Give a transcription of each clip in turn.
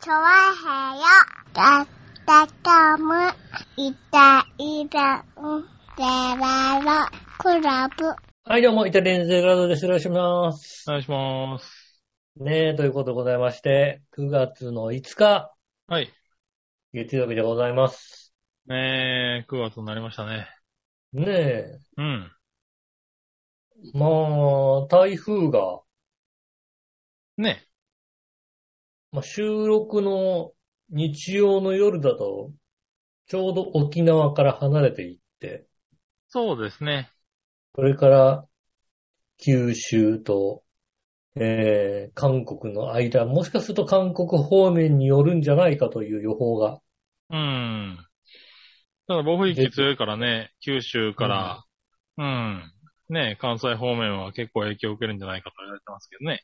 チョワヘヨだったかむいたいたんゼラロクラブはい、どうも、イタリアンゼラードです。よろしくお願いします。お願いします。ねえ、ということでございまして、9月の5日、はい。月曜日でございます。ねえ、9月になりましたね。ねえ、うん。まあ、台風が、ねまあ、収録の日曜の夜だと、ちょうど沖縄から離れていって、そうですね。それから九州と、えー、韓国の間、もしかすると韓国方面によるんじゃないかという予報が、うん。ただ暴風域強いからね、九州から、うん。ねえ、関西方面は結構影響を受けるんじゃないかと言われてますけどね。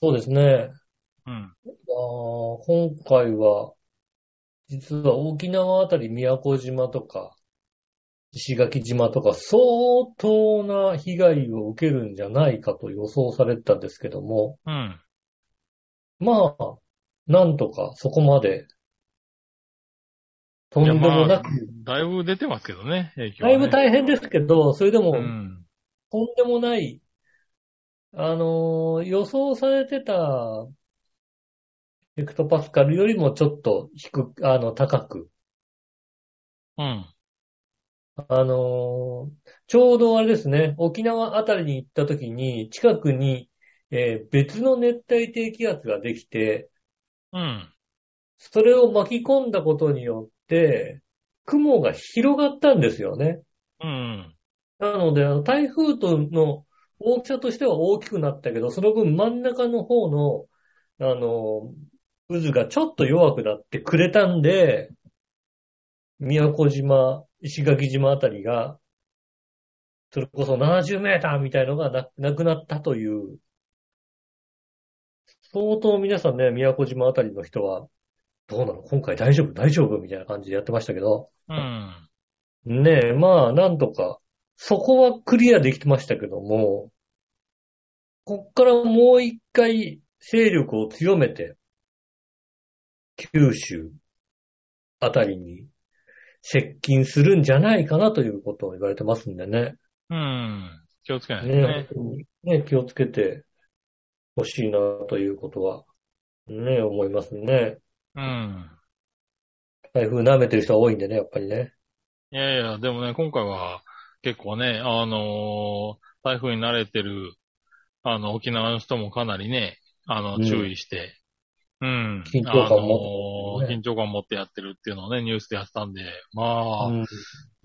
そうですね、うん。あー今回は、実は沖縄あたり宮古島とか、石垣島とか相当な被害を受けるんじゃないかと予想されてたんですけども、うん。まあ、なんとかそこまで、とんでもなく、だいぶ出てますけどね、影響だはね、いぶ大変ですけど、それでも、うん。とんでもない、あのー予想されてた、ヘクトパスカルよりもちょっと低く、あの、高く、うん。あのーちょうどあれですね、沖縄あたりに行った時に、近くに、えー別の熱帯低気圧ができて、うん。それを巻き込んだことによって、雲が広がったんですよね。うん。なので、あの台風との大きさとしては大きくなったけど、その分真ん中の方の、あの、渦がちょっと弱くなってくれたんで、宮古島、石垣島あたりが、それこそ70メーターみたいのがななくなったという、相当皆さんね、宮古島あたりの人は、どうなの今回大丈夫大丈夫みたいな感じでやってましたけど、うん。ねえ、まあ、なんとか、そこはクリアできてましたけども、こっからもう一回勢力を強めて、九州あたりに接近するんじゃないかなということを言われてますんでね。うん。気をつけないとね。ねえ、ねえ気をつけてほしいなということは、ねえ、思いますね。うん。台風舐めてる人は多いんでね、やっぱりね。いやいや、でもね、今回は結構ね、あのー台風に慣れてる、あの、沖縄の人もかなりね、あうの、ん注意して、うん。緊張感持持ってっねて、緊張感持ってやってるっていうのをね、ニュースでやってたんで、まあ、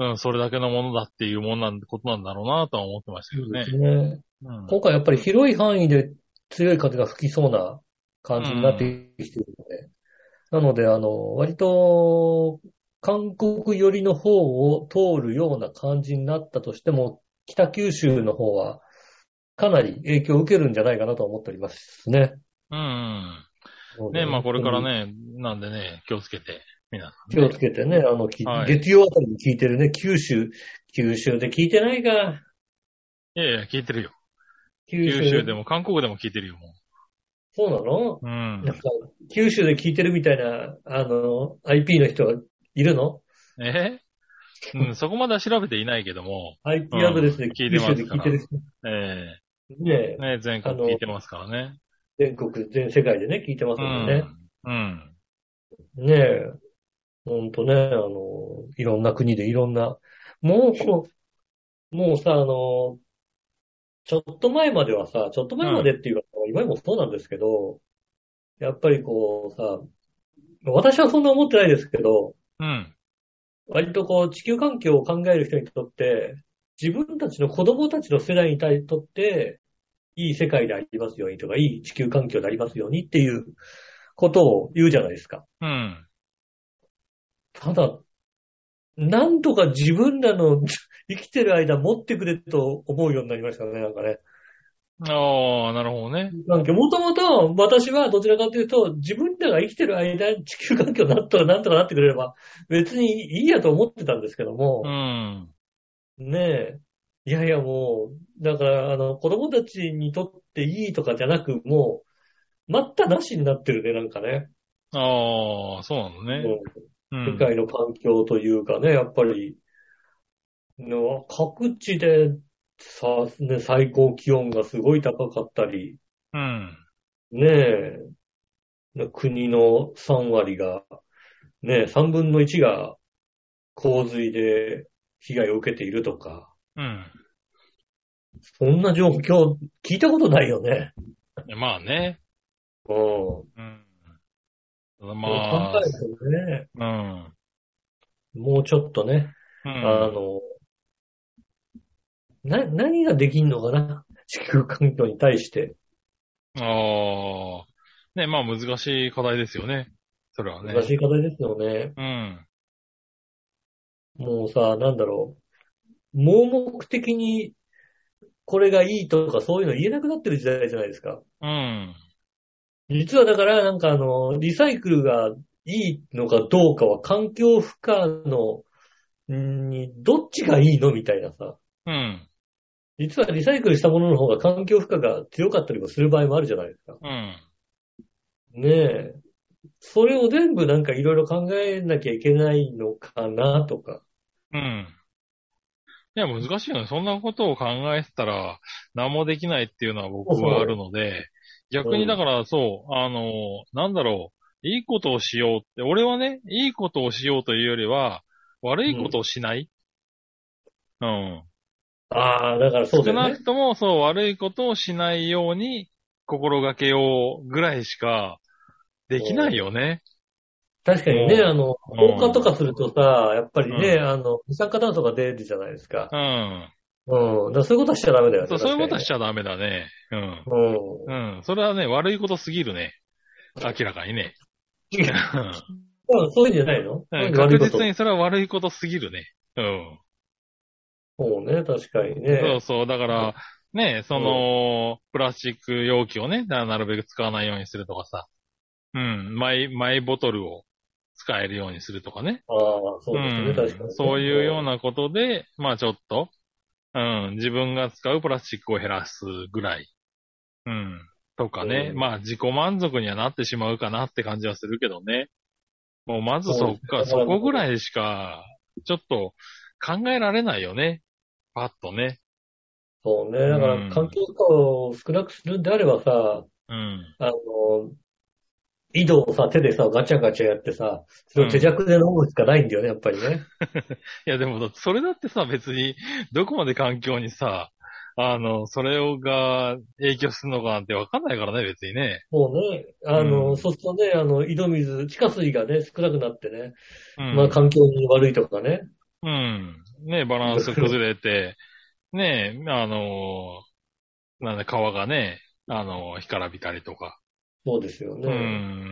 うん、それだけのものだっていうもんなん、ことなんだろうなとは思ってましたけどね。ねうん。今回やっぱり広い範囲で強い風が吹きそうな感じになってきてるので、なので、あの、割と、韓国寄りの方を通るような感じになったとしても、北九州の方は、かなり影響を受けるんじゃないかなと思っておりますね。うん。ね、まあこれから。ね、なんでね、気をつけて、皆さん、気をつけてね、あの、きはい月曜あたりに聞いてるね、九州、九州で聞いてないか。いやいや、聞いてるよ。九九州でも韓国でも聞いてるよ、もそうなのう。うんなん。か、九州で聞いてるみたいな、あの、IP の人はいるのえ うん、そこまでは調べていないけども、 ?IP うんアドレスで聞九いてま州すで聞いてる人。えねえね、全国聞いてますからね。全国、全世界でね、聞いてますうもんん。ね。うん。ねえ。ほんとね、あの、いろんな国でいろんな、もうこう、もうさ、あの、ちょっと前まではさ、ちょっと前までっていうか、今もそうなんですけど、やっぱりこうさ、私はそんな思ってないですけど、うん。割とこう、地球環境を考える人にとって、自分たちの子供たちの世代に対とって、いい世界でありますようにとか、いい地球環境でありますようにっていうことを言うじゃないですか。うん。ただ、なんとか自分らの 生きてる間持ってくれと思うようになりましたね、なんかね。ああ、なるほどね。なんかもともと私はどちらかというと、自分らが生きてる間に地球環境になったらなんとかなってくれれば、別にいいやと思ってたんですけども、うん。ねえ。いやいやもう、だから、あの、子供たちにとっていいとかじゃなく、もう、待ったなしになってるね、なんかね。ああ、そうなのね。う世ん。界の環境というかね、やっぱり、の各地でさ、ね、最高気温がすごい高かったり、うん。ねえ、国の3割が、ねえ、3分の1が洪水で被害を受けているとか、うん。そんな状況聞いたことないよね。いやまあね。うん。うん。ただ考まえ、あるとね、うん。もうちょっとね、うあん。の、な、何ができんのかな 地球環境に対して。ああ。ね、まあ難しい課題ですよね。それはね。難しい課題ですよね。うん。もうさ、なんだろう。盲目的に、これがいいとかそういうの言えなくなってる時代じゃないですか。うん。実はだから、なんかあの、リサイクルがいいのかどうかは環境負荷の、んに、どっちがいいのみたいなさ。うん。実はリサイクルしたものの方が環境負荷が強かったりもする場合もあるじゃないですか。うん。ねえ。それを全部なんかいろいろ考えなきゃいけないのかなとか。うん。いや、難しいよね。そんなことを考えてたら、何もできないっていうのは僕はあるので、 逆にだからそう、あの、なんだろう、いいことをしようって、俺はね、いいことをしようというよりは、悪いことをしない。うん。ああ、だからそうだ少よなね。くとも、そう、悪いことをしないように、心がけようぐらいしか、できないよね。確かにね、うんあの、うん放火とかするとさ、やっぱりね、うあの、二酸化炭素が出るじゃないですかう。ん。うん。だからそういうことはしちゃダメだよね。そうそういうことはしちちゃダメだね。うん。ゃうん。うん。それはね、悪いことすぎるね。明らか にね。ううん、そういうんじゃないのん。悪確いこと実にそれは悪いことすぎるね。うん。そうね、確かにそねう。そう。だから、ね、その、プラスチック容器をね、ななるべく使わないようにするとかさ。うん。マイ、マイボトルを使えるようにするとかね。ああ、そうですね、ん確かにね。そういうような。なことで、まあちょっと、うん、自分が使うプラスチックを減らすぐらい。うん。とかね。うんまあ自己満足にはなってしまうかなって感じはするけどね。もうまずそっか、そそうこぐらいしか、ちょっと考えられないよね。パッとね。そうね、だかうらん環境負荷を少なくするんであればさ、うん。あの、井戸をさ、手でさ、ガチャガチャやってさ、それを手弱で飲むしかないんだよね、やっぱりね。いやでも、それだってさ、別に、どこまで環境にさ、あの、それをが影響するのかなんてわかんないからね、別にね。もうね、あの、うんそうするとね、あの、井戸水、地下水がね、少なくなってね、うんまあ環境に悪いとかね。うん。ねバランス崩れて、 ねあのーなんで皮がね、あのー干からびたりとか、そうですようね。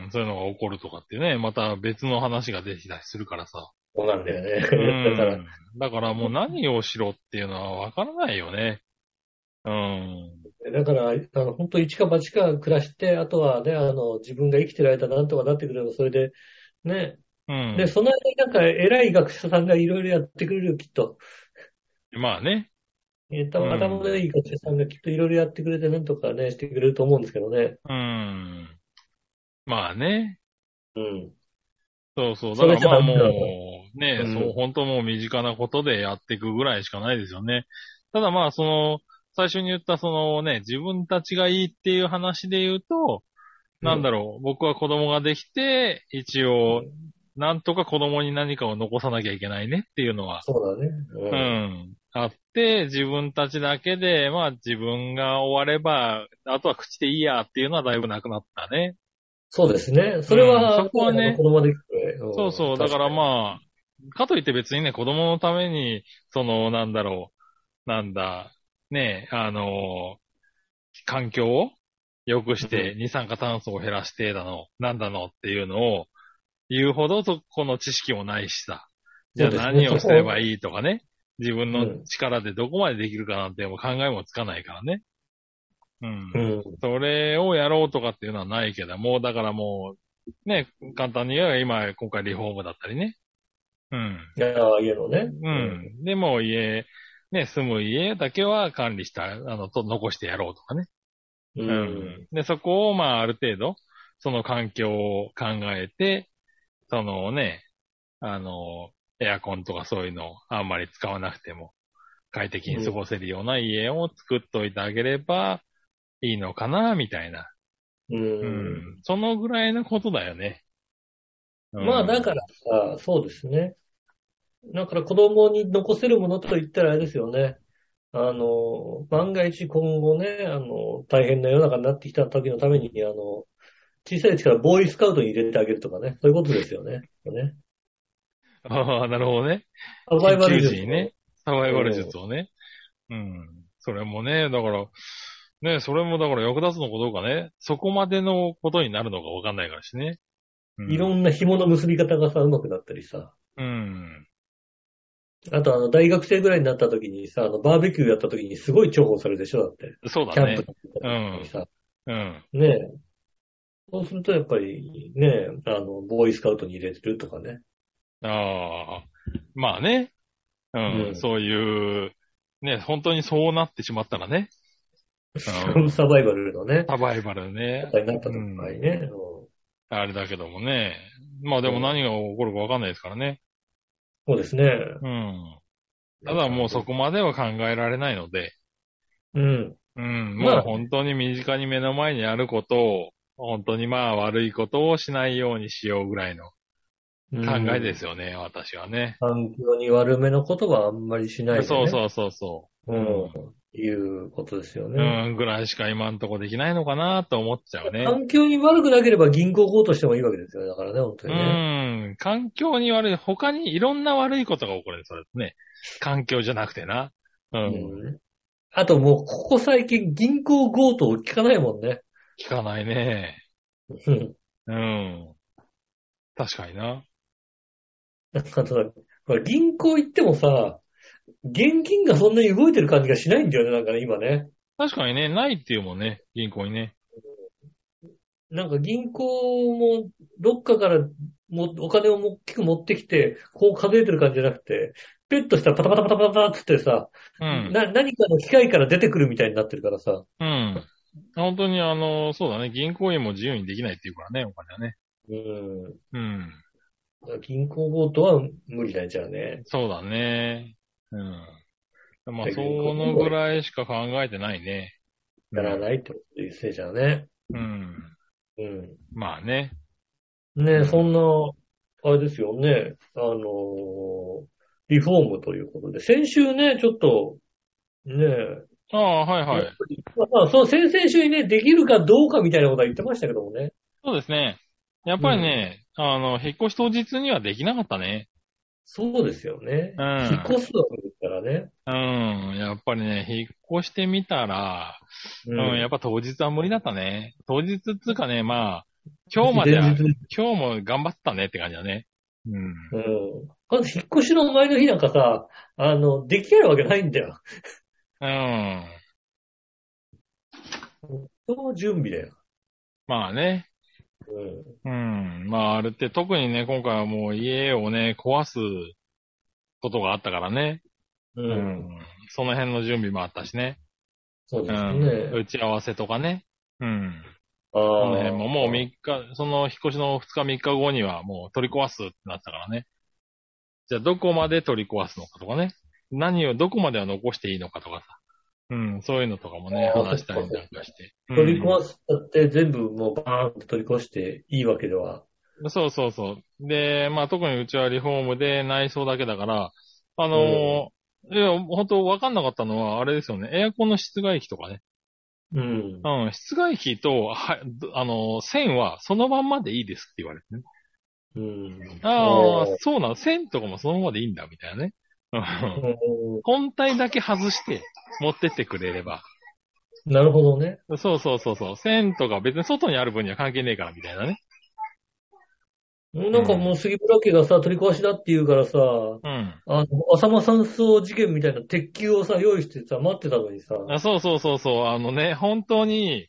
ん、そういうのが起こるとかってね、また別の話が出てきたりするからさ。そうなん だよね。うだから、ん。だからもう何をしろっていうのはわからないよね。うん。だから、あの、本当一か八か暮らして、あとはね、あの、自分が生きてる間なんとかなってくれば、それで、ね。うん。で、その間になんか、偉い学者さんがいろいろやってくれるよ、きっと。まあね。えー、たまたまね、いい学者さんがきっといろいろやってくれて、なんとかね、してくれると思うんですけどね。うん。まあね。うん。そうそう。だそかれらまあじもゃダメだう、ね、うんそう、本当もう身近なことでやっていくぐらいしかないですよね。ただまあ、その、最初に言ったそのね、自分たちがいいっていう話で言うと、なんだろう、僕は子供ができて、一応、なんとか子供に何かを残さなきゃいけないねっていうのは、そうだね。ううんん、あって、自分たちだけで、まあ自分が終われば、あとは口でいいやっていうのはだいぶなくなったね。そうですね。それは、うんそこはね子供できて。そうそう。だからあ。まあ、かといって別にね、子供のために、その、なんだろう、なんだ、ねえ、あの環境を良くして、二酸化炭素を減らしてだの、なんだのっていうのを、言うほどそこの知識もないしさ。じゃあそうですね何をすればいいとかね。自分うのん力でどこまでできるかなんてもう考えもつかないからね。うんうん。それをやろうとかっていうのはないけども、だからもう、ね、簡単に言えば今、今回リフォームだったりね。うん。いや、家のね。う。ん。でも家、ね、住む家だけは管理した、あの、と残してやろうとかね。う。うんで、そこを、まあ、ある程度、その環境を考えて、そのね、あの、エアコンとかそういうのをあんまり使わなくても快適に過ごせるような家を作っといてあげればいいのかな、みたいな。う。うんん。そのぐらいのことだよね。うんまあだからさ、そうですね。だから子供に残せるものと言ったらあれですよね。あの、万が一今後ね、あの、大変な世の中になってきた時のために、あの、小さいうちからボーイスカウトに入れてあげるとかね、そういうことですよね。ねああ、なるほどね。サバイバル術緊急時にね。サバイバル術をね。うん。それもね、だから、ね、それもだから役立つのかどうかね、そこまでのことになるのかわかんないからしね。うん、いろんな紐の結び方がさ、うまくなったりさ。うん。あと、あの、大学生ぐらいになった時にさ、あの、バーベキューやった時にすごい重宝されるでしょ、だって。そうキだャンねプ。の時にさ。うん。ねえ。そうすると、やっぱり、ねえ、あの、ボーイスカウトに入れてるとかね。ああ。まあね。うん。うんそういう、ね、本当にそうなってしまったらね。うん、サバイバルのね、サバイバルね。になった時にね。うんあれだけどもね。まあでも何が起こるかわかんないですからね。そうですね。うん。ただもうそこまでは考えられないので。うん。うん、まあもう本当に身近に目の前にあることを、本当にまあ悪いことをしないようにしようぐらいの考考えですよね、私はね。環境に悪めのことはあんまりしないで、ね。。そうそうそうそううん。いうことですよう。うね。ん、ぐらいしか今んとこできないのかなと思っちゃうね。環境に悪くなければ銀行強盗してもいいわけですよ。だからね、本当うにね。ん、環境に悪い、他にいろんな悪いことが起こる、それね。環境じゃなくてな。うん、うんあともう、ここ最近銀行強盗聞かないもんね。聞かないね。うん。うん。確かにな。なんかさ、ほら銀行行ってもさ、現金がそんなに動いてる感じがしないんだよね、なんかね、今ね。確かにね、ないっていうもんね、銀行にね。なんか銀行も、どっかからもお金をも大きく持ってきて、こう数えてる感じじゃなくて、ペットしたらパタパタパタパタパタってさ、うん。な、何かの機械から出てくるみたいになってるからさ。うん。本当にあの、そうだね、銀行員も自由にできないっていうからね、お金はね。うん。うん。銀行強盗は無理だね、じゃあね。そうだね。うん。まじゃあ、あそ銀行のぐらいしか考えてないね。やらないってことですね、じゃあね。うん。うん。まあね。ねえ、そんな、あれですよね、あのーリフォームということで、先週ね、ちょっと、ねえ、ああ、はいはい。まあ、そう、先々週にね、できるかどうかみたいなことは言ってましたけどもね。そうですね。やっぱりね、あの、引っ越し当日にはできなかったね。そうですよね。うん引っ越すわけですからね。うん。やっぱりね、引っ越してみたら、ううん、やっぱ当日は無理だったね。当日っつうかね、まあ、今日までは、前日今日も頑張ったねって感じだね。うん。うん。まず引っ越しの前の日なんかさ、あの、できるわけないんだよ。うん。その準備だよ。まあね。うん。うん。まあ、あれって特にね、今回はもう家をね、壊すことがあったからね。う。。うんその辺の準備もあったしね。そううですん。ね。打ち合わせとかね。うん。ああその辺ももう3み日、その引っ越しの2日3日後にはもう取り壊すってなったからね。じゃあどこまで取り壊すのかとかね。何をどこまでは残していいのかとかさ。うん、そういうのとかもね、あー話したりなんかして。取りうん壊すだって全部もうバーンと取り壊していいわけでは。そうそうそう。で、まあ特にうちはリフォームで内装だけだから、あのーいや、本当わかんなかったのは、あれですよね。エアコンの室外機とかね。うん。うん、室外機と、は、あのー線はそのまんまでいいですって言われてね。うん。ああうん、そうなの。線とかもそのままでいいんだ、みたいなね。うんう本体だけ外して持ってってくれれば。んなるほどね。そうそうそうそう。線とか別に外にある分には関係ねえから、みたいなね。なんかもう杉村家がさ、取り壊しだって言うからさ、うん。あの、浅間山荘事件みたいな鉄球をさ、用意してさ、待ってたのにさ、あそうそうそうそう。あのね、本当に、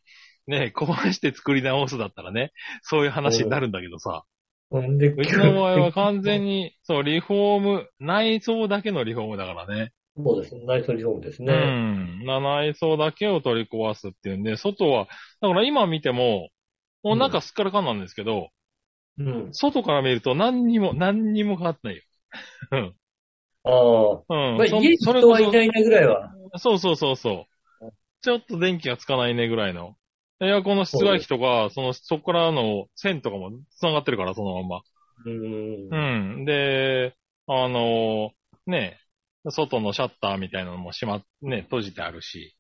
ね、壊して作り直すだったらね、そういう話になるんだけ どさ。うんで、うちの場合は完全に、そう、リフォーム、内装だけのリフォームだからね。そうですね。ナイトリフォームですうね。ん。な内装だけを取り壊すっていうんで、外は、だから今見ても、もうなんかすっからかんなんですけど、うん。外から見ると何にも、何にも変わってないよ。ああ。うん。まあ、そ家に人それこはいないなぐらいは。そ、そうそうそうそう。ちょっと電気がつかないねぐらいの。エアコンの室外機とか、その、そこからの線とかも繋がってるから、そのまんま。うん。うん。で、あのね、外のシャッターみたいなのも閉まっ、ね、閉じてあるし、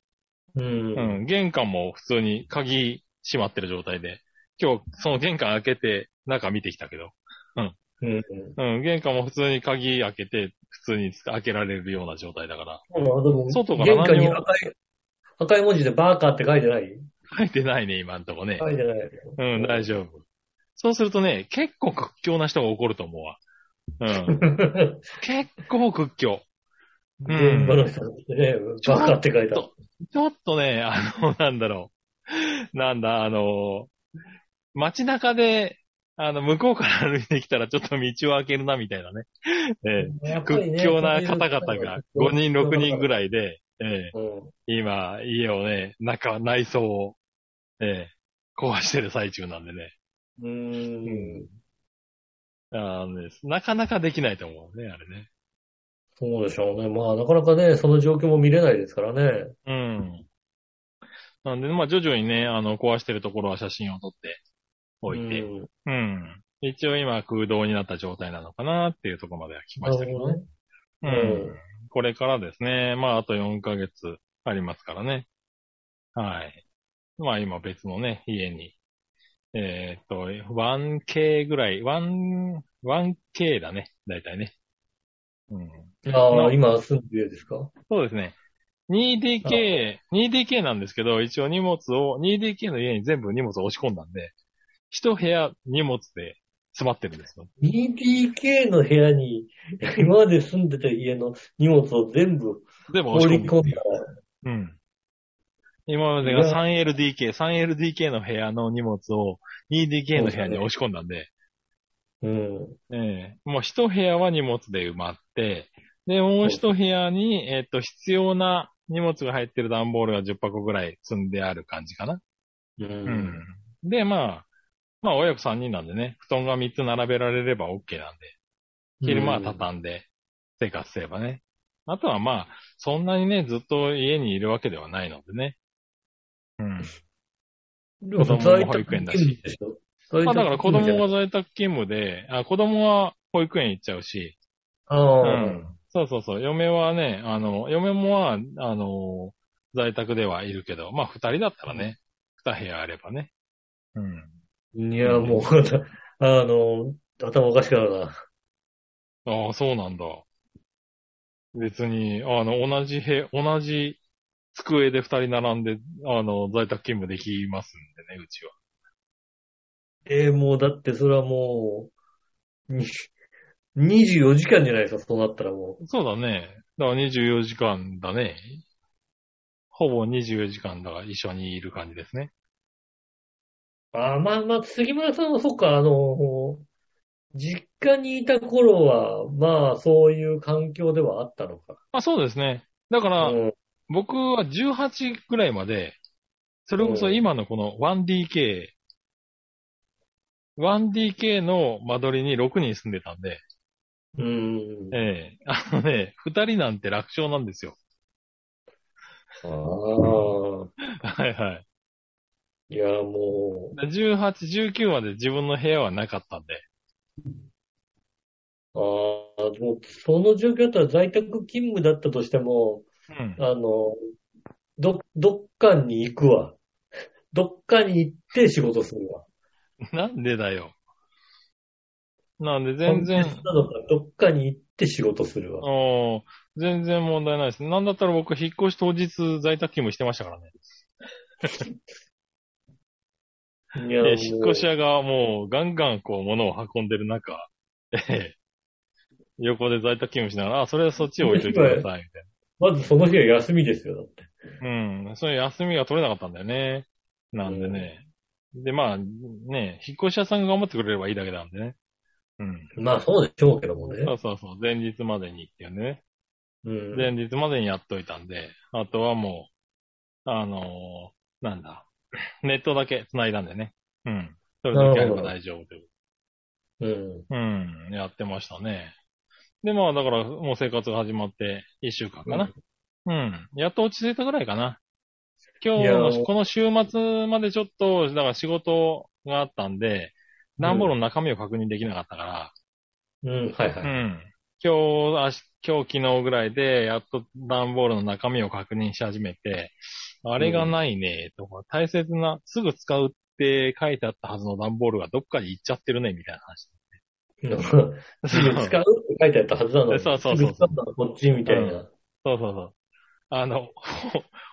う。うんん。玄関も普通に鍵閉まってる状態で、今日、その玄関開けて中見てきたけど、うん。うん。玄関も普通に鍵開けて、普通に開けられるような状態だから、外外から玄関に何も赤い、赤い文字でバーカーって書いてない書いてないね、今んとこね。書いてない。うん、大丈夫。そうするとね、結構屈強な人が怒ると思うわ。 うん。結構屈強。うん現場の人ってね、バーカーって書いてある。ちょっとね、あの、なんだろう。なんだ、あの、街中で、あの、向こうから歩いてきたらちょっと道を開けるな、みたいなね。えやっえぱり屈ね強な方々が5人、6人ぐい。らいで、ええうん今、家をね、中、内装を、ええ壊してる最中なんでね。うん。あのね、なかなかできないと思うね、あれね。そうでしょうね。まあ、なかなかね、その状況も見れないですからね。うん。なんで、まあ徐々にね、あの、壊してるところは写真を撮っておいて、うんうん。一応今空洞になった状態なのかなっていうところまでは来ましたけどね。なるほどねうん。これからですね、まああと4ヶ月ありますからね。はい。まあ今別のね、家に、えーっと、1K ぐらい、1、1K だね、だいたいね。うん。あうあ、ん今住んでるですかそうですね。2DK、2DK なんですけど、一応荷物を、2DK の家に全部荷物を押し込んだんで、一部屋荷物で詰まってるんですよ。 2DK の部屋 に、今まで住んでた家の荷物を全部全部放押しり込む。込んだうん。今までが 3LDK、3LDK の部屋の荷物を 2DK の部屋に押し込んだんで、うん。ええもう一部屋は荷物で埋まって、で、もう一部屋に、えっと、必要な荷物が入ってる段ボールが10箱ぐらい積んである感じかな。う。うんんで、まあ、まあ、親子3人なんでね、布団が3つ並べられれば OK なんで、昼間は畳んで生活すればね。あとはまあ、そんなにね、ずっと家にいるわけではないのでね。うん。で子供も保育園だ在宅勤し務でしょ。まあ、だから子供はは在宅勤務で、あ、子供は保育園行っちゃうし、うああ、ん。そうそうそう、嫁はね、あの、嫁もは、あの、在宅ではいるけど、まあ、二人だったらね、二部屋あればね。うん。いや、もう、 あの、頭おかしくなるな。ああ、そうなんだ。別に、あの、同じ部、同じ机で二人並んで、あの、在宅勤務できますんでね、うちは。ええもうだってそれはもう、に24時間じゃないですか、そうなったらもそうだね。だから24時間だね。ほぼ24時間だから一緒にいる感じですね。う。ああ、まあまあ、杉村さんはそっか、あの、実家にいた頃は、まあ、そういう環境ではあったのか。まあそうですね。だから、うん僕は18くらいまで、それこそ今のこの 1DK、1DK の間取りに6人住んでたんで、うん。ええあのね、二人なんて楽勝なんですよ。ああ。はいはいや、もい。18、19まで自分の部屋はなかったんで。う、ああ、もう、その状況だったら在宅勤務だったとしても、うん。あの、ど、どっかに行くわ。 どっかに行って仕事するわ。なんでだよ。なんで全然コンテ、ストなのかどっかに行って仕事するわ。おー全然問題ないです。なんだったら僕、引っ越し当日在宅勤務してましたからね。いやええ引っ越し屋がもうガンガンこう物を運んでる中、ええ横で在宅勤務しながら、あ、それはそっち置いといてください、みたいまずその日は休みですよ、だって。な。うん。そういう休みが取れなかったんだよね。なんでね。で、まあ、ね、引っ越し屋さんが頑張ってくれればいいだけなんでね。うん。まあそうでしょうけどもねそ。うそうそう、前日までにっていうね。うん。前日までにやっといたんで、あとはもう、あのーなんだ、ネットだけ繋いだんでね。うん。それだけあれば大丈夫という。うん。うん。やってましたね。で、まあ、だから、もう生活が始まって、一週間かな。うん。やっと落ち着いたぐらいかな。今日いやの、この週末までちょっと、だから仕事があったんで、段ボールの中身を確認できなかったから、うん、はいうはい。ん。今日、あし今日、昨日ぐらいで、やっと段ボールの中身を確認し始めて、あれがないね、とか、大切な、すぐ使うって書いてあったはずの段ボールがどっかに行っちゃってるね、みたいな 話。なんかすぐ使うって書いてあったはずなのに。そうそうそすぐうそう使ったのこっちみたいな。そうそうそう。あの、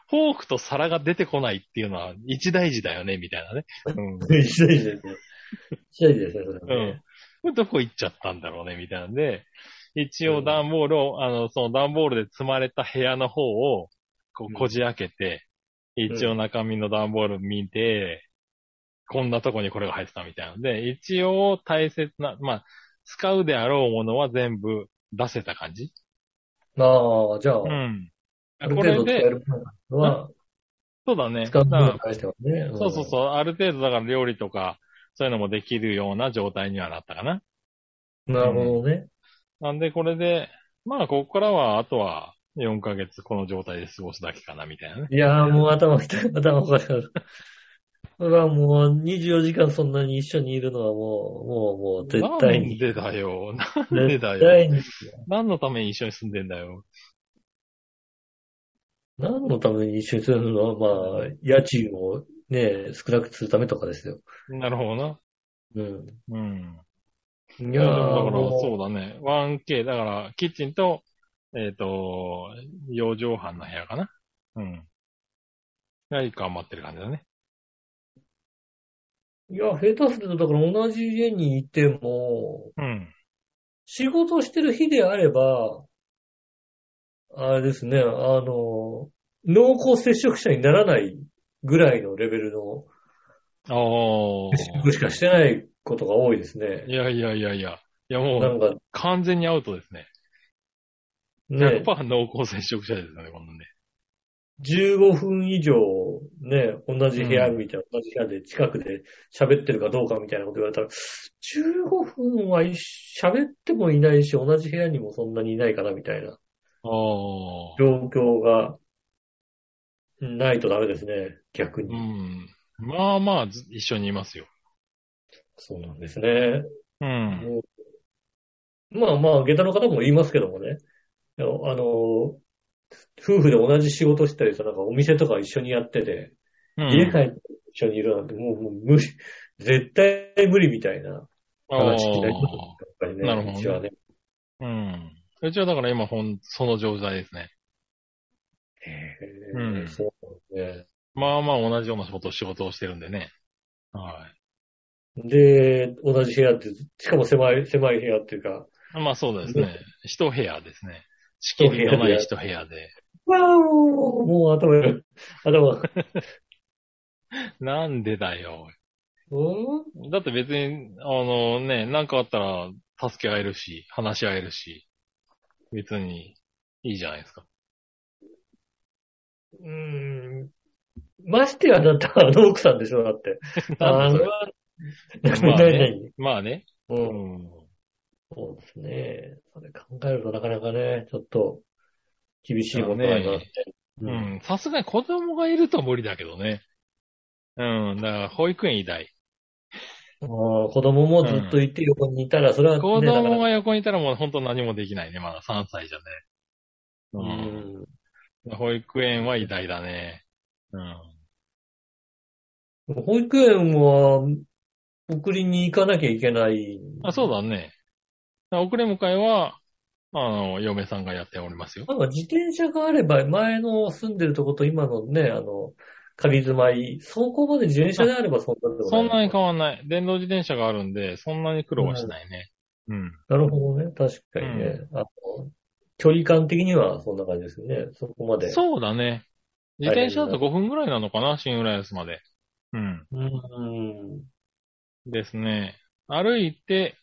フォークと皿が出てこないっていうのは一大事だよね、みたいなね。うん。一大事ですね。一大事ですね、それはうねん。これどこ行っちゃったんだろうね、みたいなんで、一応段ボールを、あの、その段ボールで積まれた部屋の方を、こうんう、こじ開けて、一応中身の段ボール見て、こんなとこにこれが入ってたみたいなので、一応大切な、まあ、使うであろうものは全部出せた感じああ、じゃあ、うん。あるこ程れ度使えで、るものは、そうだね。使うだもかのらに関してはね。そうそうそう。ある程度だから料理とか、そういうのもできるような状態にはなったかな。うん。なるほどね。なんでこれで、まあここからは、あとは4ヶ月この状態で過ごすだけかな、みたいなね。いやーもう頭痛い、 頭おかしくなる。それはもう24時間そんなに一緒にいるのはもう、もう、もう絶対に。なんでだよ。なんで絶だよ。対に。何のために一緒に住んでんだよ。何のために一緒にするのは、まあ、家賃をね、少なくするためとかですよ。なるほどな。うん。うん。いいや、でもだから、もそうだね。1K、だから、キッチンと、えっ、と、4畳半の部屋かな。うん。が一個余ってる感じだね。いや、下手すると、だから同じ家にいても、うん。仕事してる日であれば、あれですね、あの、濃厚接触者にならないぐらいのレベルのお接 ー。触しかしてないことが多いですねい。やいやいやいや。いやなもうんか、完全にアウトですね。ね、 100%濃厚接触者ですよね、こんなね。 15分以上、ね、同じ部屋みたいな、同じ部屋で近くで喋ってるかどうかみたいなこと言われたら、15分は一緒喋ってもいないし、同じ部屋にもそんなにいないかなみたいなあ状況がないとダメですね、逆あ。うに。ん。まあまあ、ず一緒にいますよ。そうなんですね。うん。まあまあ、下駄の方も言いますけどもね。あの、夫婦で同じ仕事したりさ、なんかお店とか一緒にやってて、うん家帰って一緒にいるなんて、もうもう無理、絶対無理みたいな話になりますよ。やっぱりね。なるほどねうちはね。あーうん。うちはだから今、ほん、その状態ですね。へーうんそうなんですね。まあまあ、同じようなこと、仕事をしてるんでね。はで、同じ部屋って、しかも狭い、狭い部屋っていうか、い。まあそうですね。一部屋ですね。仕切りのない一部屋で。わーおーもう頭が、頭が、なんでだよ。うんだって別に、あのね、なんかあったら助け合えるし、話し合えるし、別にいいじゃないですか。うーんましてやあなた、あの奥さんでしょ、だって。なあんのだそれは、まあ何ね々。まあね。ううんん。そうですね。それ考えるとなかなかね、ちょっと、厳しいことだなって。ううんん。さすがに子供がいると無理だけどね。うん。だから保育園以外。もう子供もずっといて横にいたら、それはね、子なか供なかが横にいたらもう本当何もできないね。まだ3歳じゃね。ううんん。保育園は偉大だね。うん。保育園は、送りに行かなきゃいけない。あ、そうだね。遅れ迎えは、あの、嫁さんがやっておりますよ。なんか自転車があれば、前の住んでるとこと今のね、あの、仮住まい、走行まで自転車であればそんなでもそんなにか。変わんない。電動自転車があるんで、そんなに苦労はしないね。うん。なるほどね。確かにね。あの距離感的にはそんな感じですよね。そこまで。そうだね。自転車だと5分ぐらいなのかな、新浦安まで。うん。う。うん。ですね。歩いて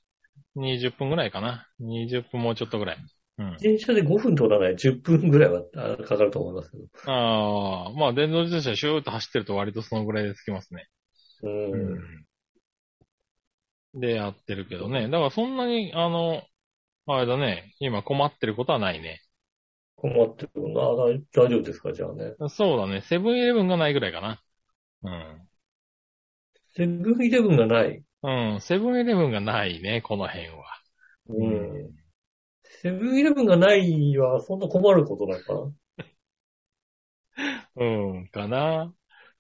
20分ぐらいかな。20分もうちょっとぐらい。うん。自転車で5分とらない、10分ぐらいはあかかると思いますけど。ああ、まあ電動自転車シューッと走ってると割とそのぐらいで着きますね。うん。でやってるけどね。だからそんなに、あの、あれだね、今困ってることはないね。困ってるな。あ大大丈夫ですかじゃあね。そうだね、セブンイレブンがないぐらいかな。セブンイレブンがない。うん。うん、セブンイレブンがないね、この辺は。うんん。セブンイレブンがないは、そんな困ることないかな。うん、かな。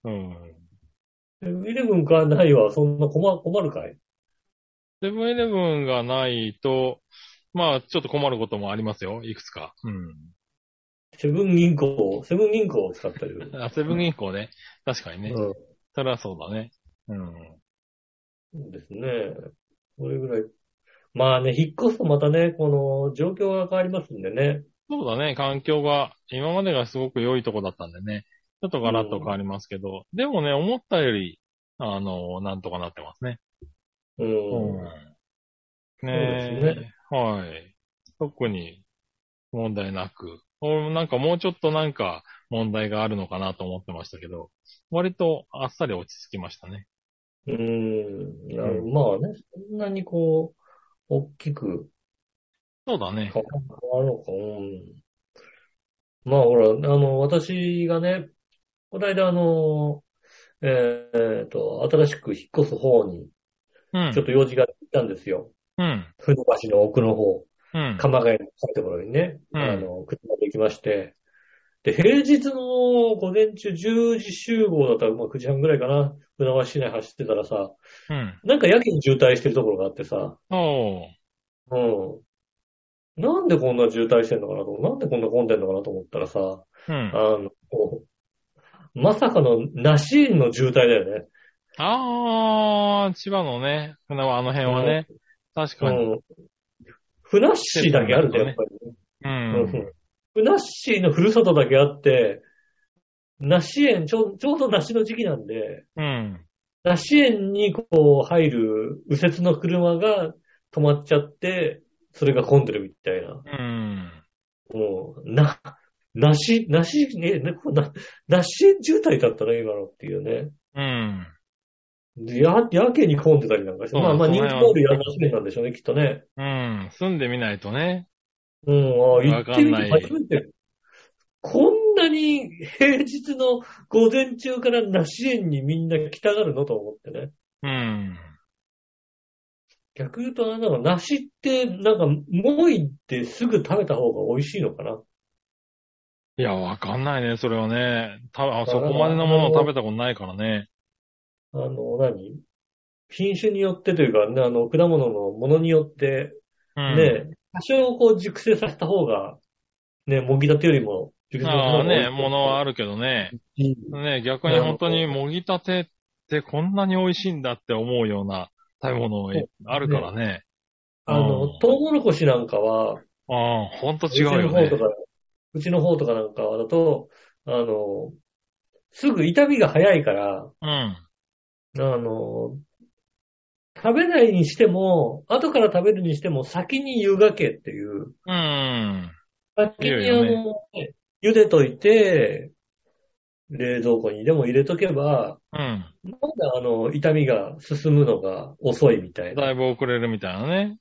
うん。セブンイレブンがないは、そんな困困るかいセブンイレブンがないと、まあ、ちょっと困ることもありますよ、いくつか。うん。セブン銀行、セブン銀行を使ってる。あ、セブン銀行ね。確かにね。うそれはそうだね。うん。ん。ですね。それぐらい。まあね、引っ越すとまたね、この状況が変わりますんでね。そうだね、環境が、今までがすごく良いとこだったんでね。ちょっとガラッと変わりますけど、でもね、思ったより、あの、なんとかなってますね。う。うんそねうえ、ですはい。特に問題なく。俺もなんかもうちょっとなんか問題があるのかなと思ってましたけど、割とあっさり落ち着きましたね。うん。なうるまあね、そんなにこう、大きくそうだね。変わるのか。うん。まあほら、あの、私がね、この間あの、えーっと、新しく引っ越す方に、うんちょ。っと用事があったんですよ。うん。船橋の奥の方。うん。鎌ヶ谷の近いところにね、うんあの、車で行きまして、で、平日の午前中10時集合だったら、まあ9時半ぐらいかな、船橋市内走ってたらさ、うん。なんかやけに渋滞してるところがあってさ、おー。うん。なんでこんな渋滞してんのかなと、なんでこんな混んでんのかなと思ったらさ、うんあ。の、まさかの梨園の渋滞だよね。あー、千葉のね、船はあの辺はね、確うかに。ん。船っしーだけあるんだよ、やっぱりね。ううんん。ふなっしーのふるさとだけあって、梨園、ちょうちょうど梨の時期なんで、うん。梨園にこう入る右折の車が止まっちゃって、それが混んでるみたいな。うん。もう、な、梨、梨、え、な、こうな梨園渋滞だったの今のっていうね。うん。でや、やけに混んでたりなんかして。そうまあまあそう人ね気モールやらしめなんでしょうね、きっとね。うん。住んでみないとね。うん、ああ、行わっかてんみないて初めて。こんなに平日の午前中から梨園にみんな来たがるのと思ってね。うん。逆言うと、なんか梨って、なんか、もいってすぐ食べた方が美味しいのかな。いや、わかんないね、それはね。たあそこまでのものを食べたことないからね。あの、何品種によってというか、ね、あの、果物のものによって、うん。ね、多少こう熟成させた方が、ね、もぎたてよりも熟成させたあ方があ美味しね、いものはあるけどね。ね、逆に本当にもぎたてってこんなに美味しいんだって思うような食べ物があるからね。あの、うんトウモロコシなんかは、ああ、ほんとうち違うのよ方ねと。か、うちの方とかなんかだと、あの、すぐ痛みが早いから、うん。あの、食べないにしても、後から食べるにしても、先に湯がけっていう、うん。先いにやあいの、やね茹でといて、冷蔵庫にでも入れとけば、うん。まだあの、痛みが進むのが遅いみたいなだ。いぶ遅れるみたいなね。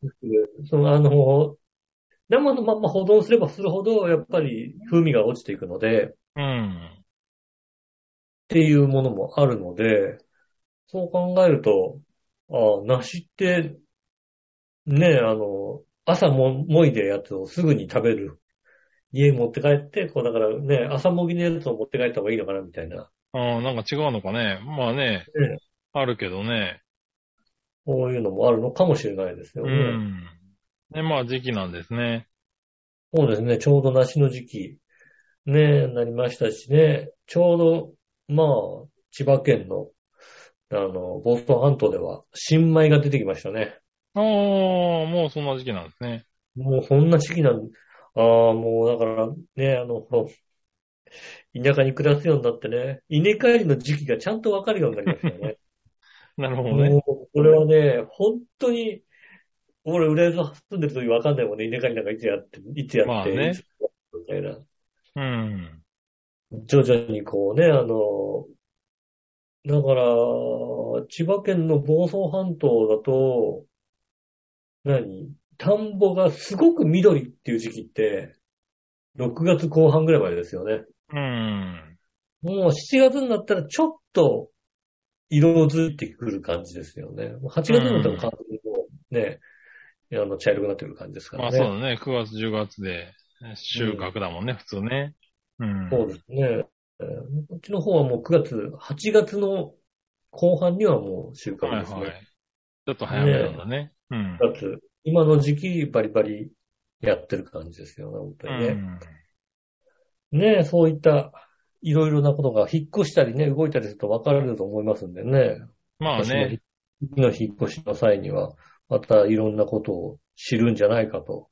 そのあの、生のまんま保存すればするほど、やっぱり風味が落ちていくので、うん。っていうものもあるので、そう考えると、あ梨って、ね、あの、朝も、もいでやつをすぐに食べる。家持って帰って、こうだからね、朝もぎのやつを持って帰った方がいいのかな、みたいな。ああ、なんか違うのかね。まあね、えあるけどね。こういうのもあるのかもしれないですようね。ん。ね、まあ時期なんですね。そうですね、ちょうど梨の時期、ね、なりましたしね、ちょうど、まあ、千葉県の、あの、房総半島では、新米が出てきましたね。ああ、もうそんな時期なんですね。もうそんな時期なん、ああ、もうだからね、あの、 この田舎に暮らすようになってね、稲刈りの時期がちゃんとわかるようになりましたよ ね。なるほどね。もう、これはね、本当に、俺、浦安住んでる時わかんないもんね、稲刈りなんかいつやって、いつやって、まあねいつやってみたいな。うん。徐々にこうね、あの、だから、千葉県の房総半島だと、何田んぼがすごく緑っていう時期って、6月後半ぐらいまでですよね。うん。もう7月になったらちょっと色づいてくる感じですよね。8月になったら完全にもうね、あの、茶色くなってくる感じですかまらあね。そうだね。9月、10月で収穫だもんね、普通ね。うん。そうですね。えーこっちの方はもう9月、8月の後半にはもう収穫はいですね。はい。ちょっと早めなんだね。うん。 9月、今の時期バリバリやってる感じですよね、本当にね。ねえ、そういった、いろいろなことが引っ越したりね、動いたりすると分かれると思いますんでね。うんまあね。私の引っ越しの際には、またいろんなことを知るんじゃないかと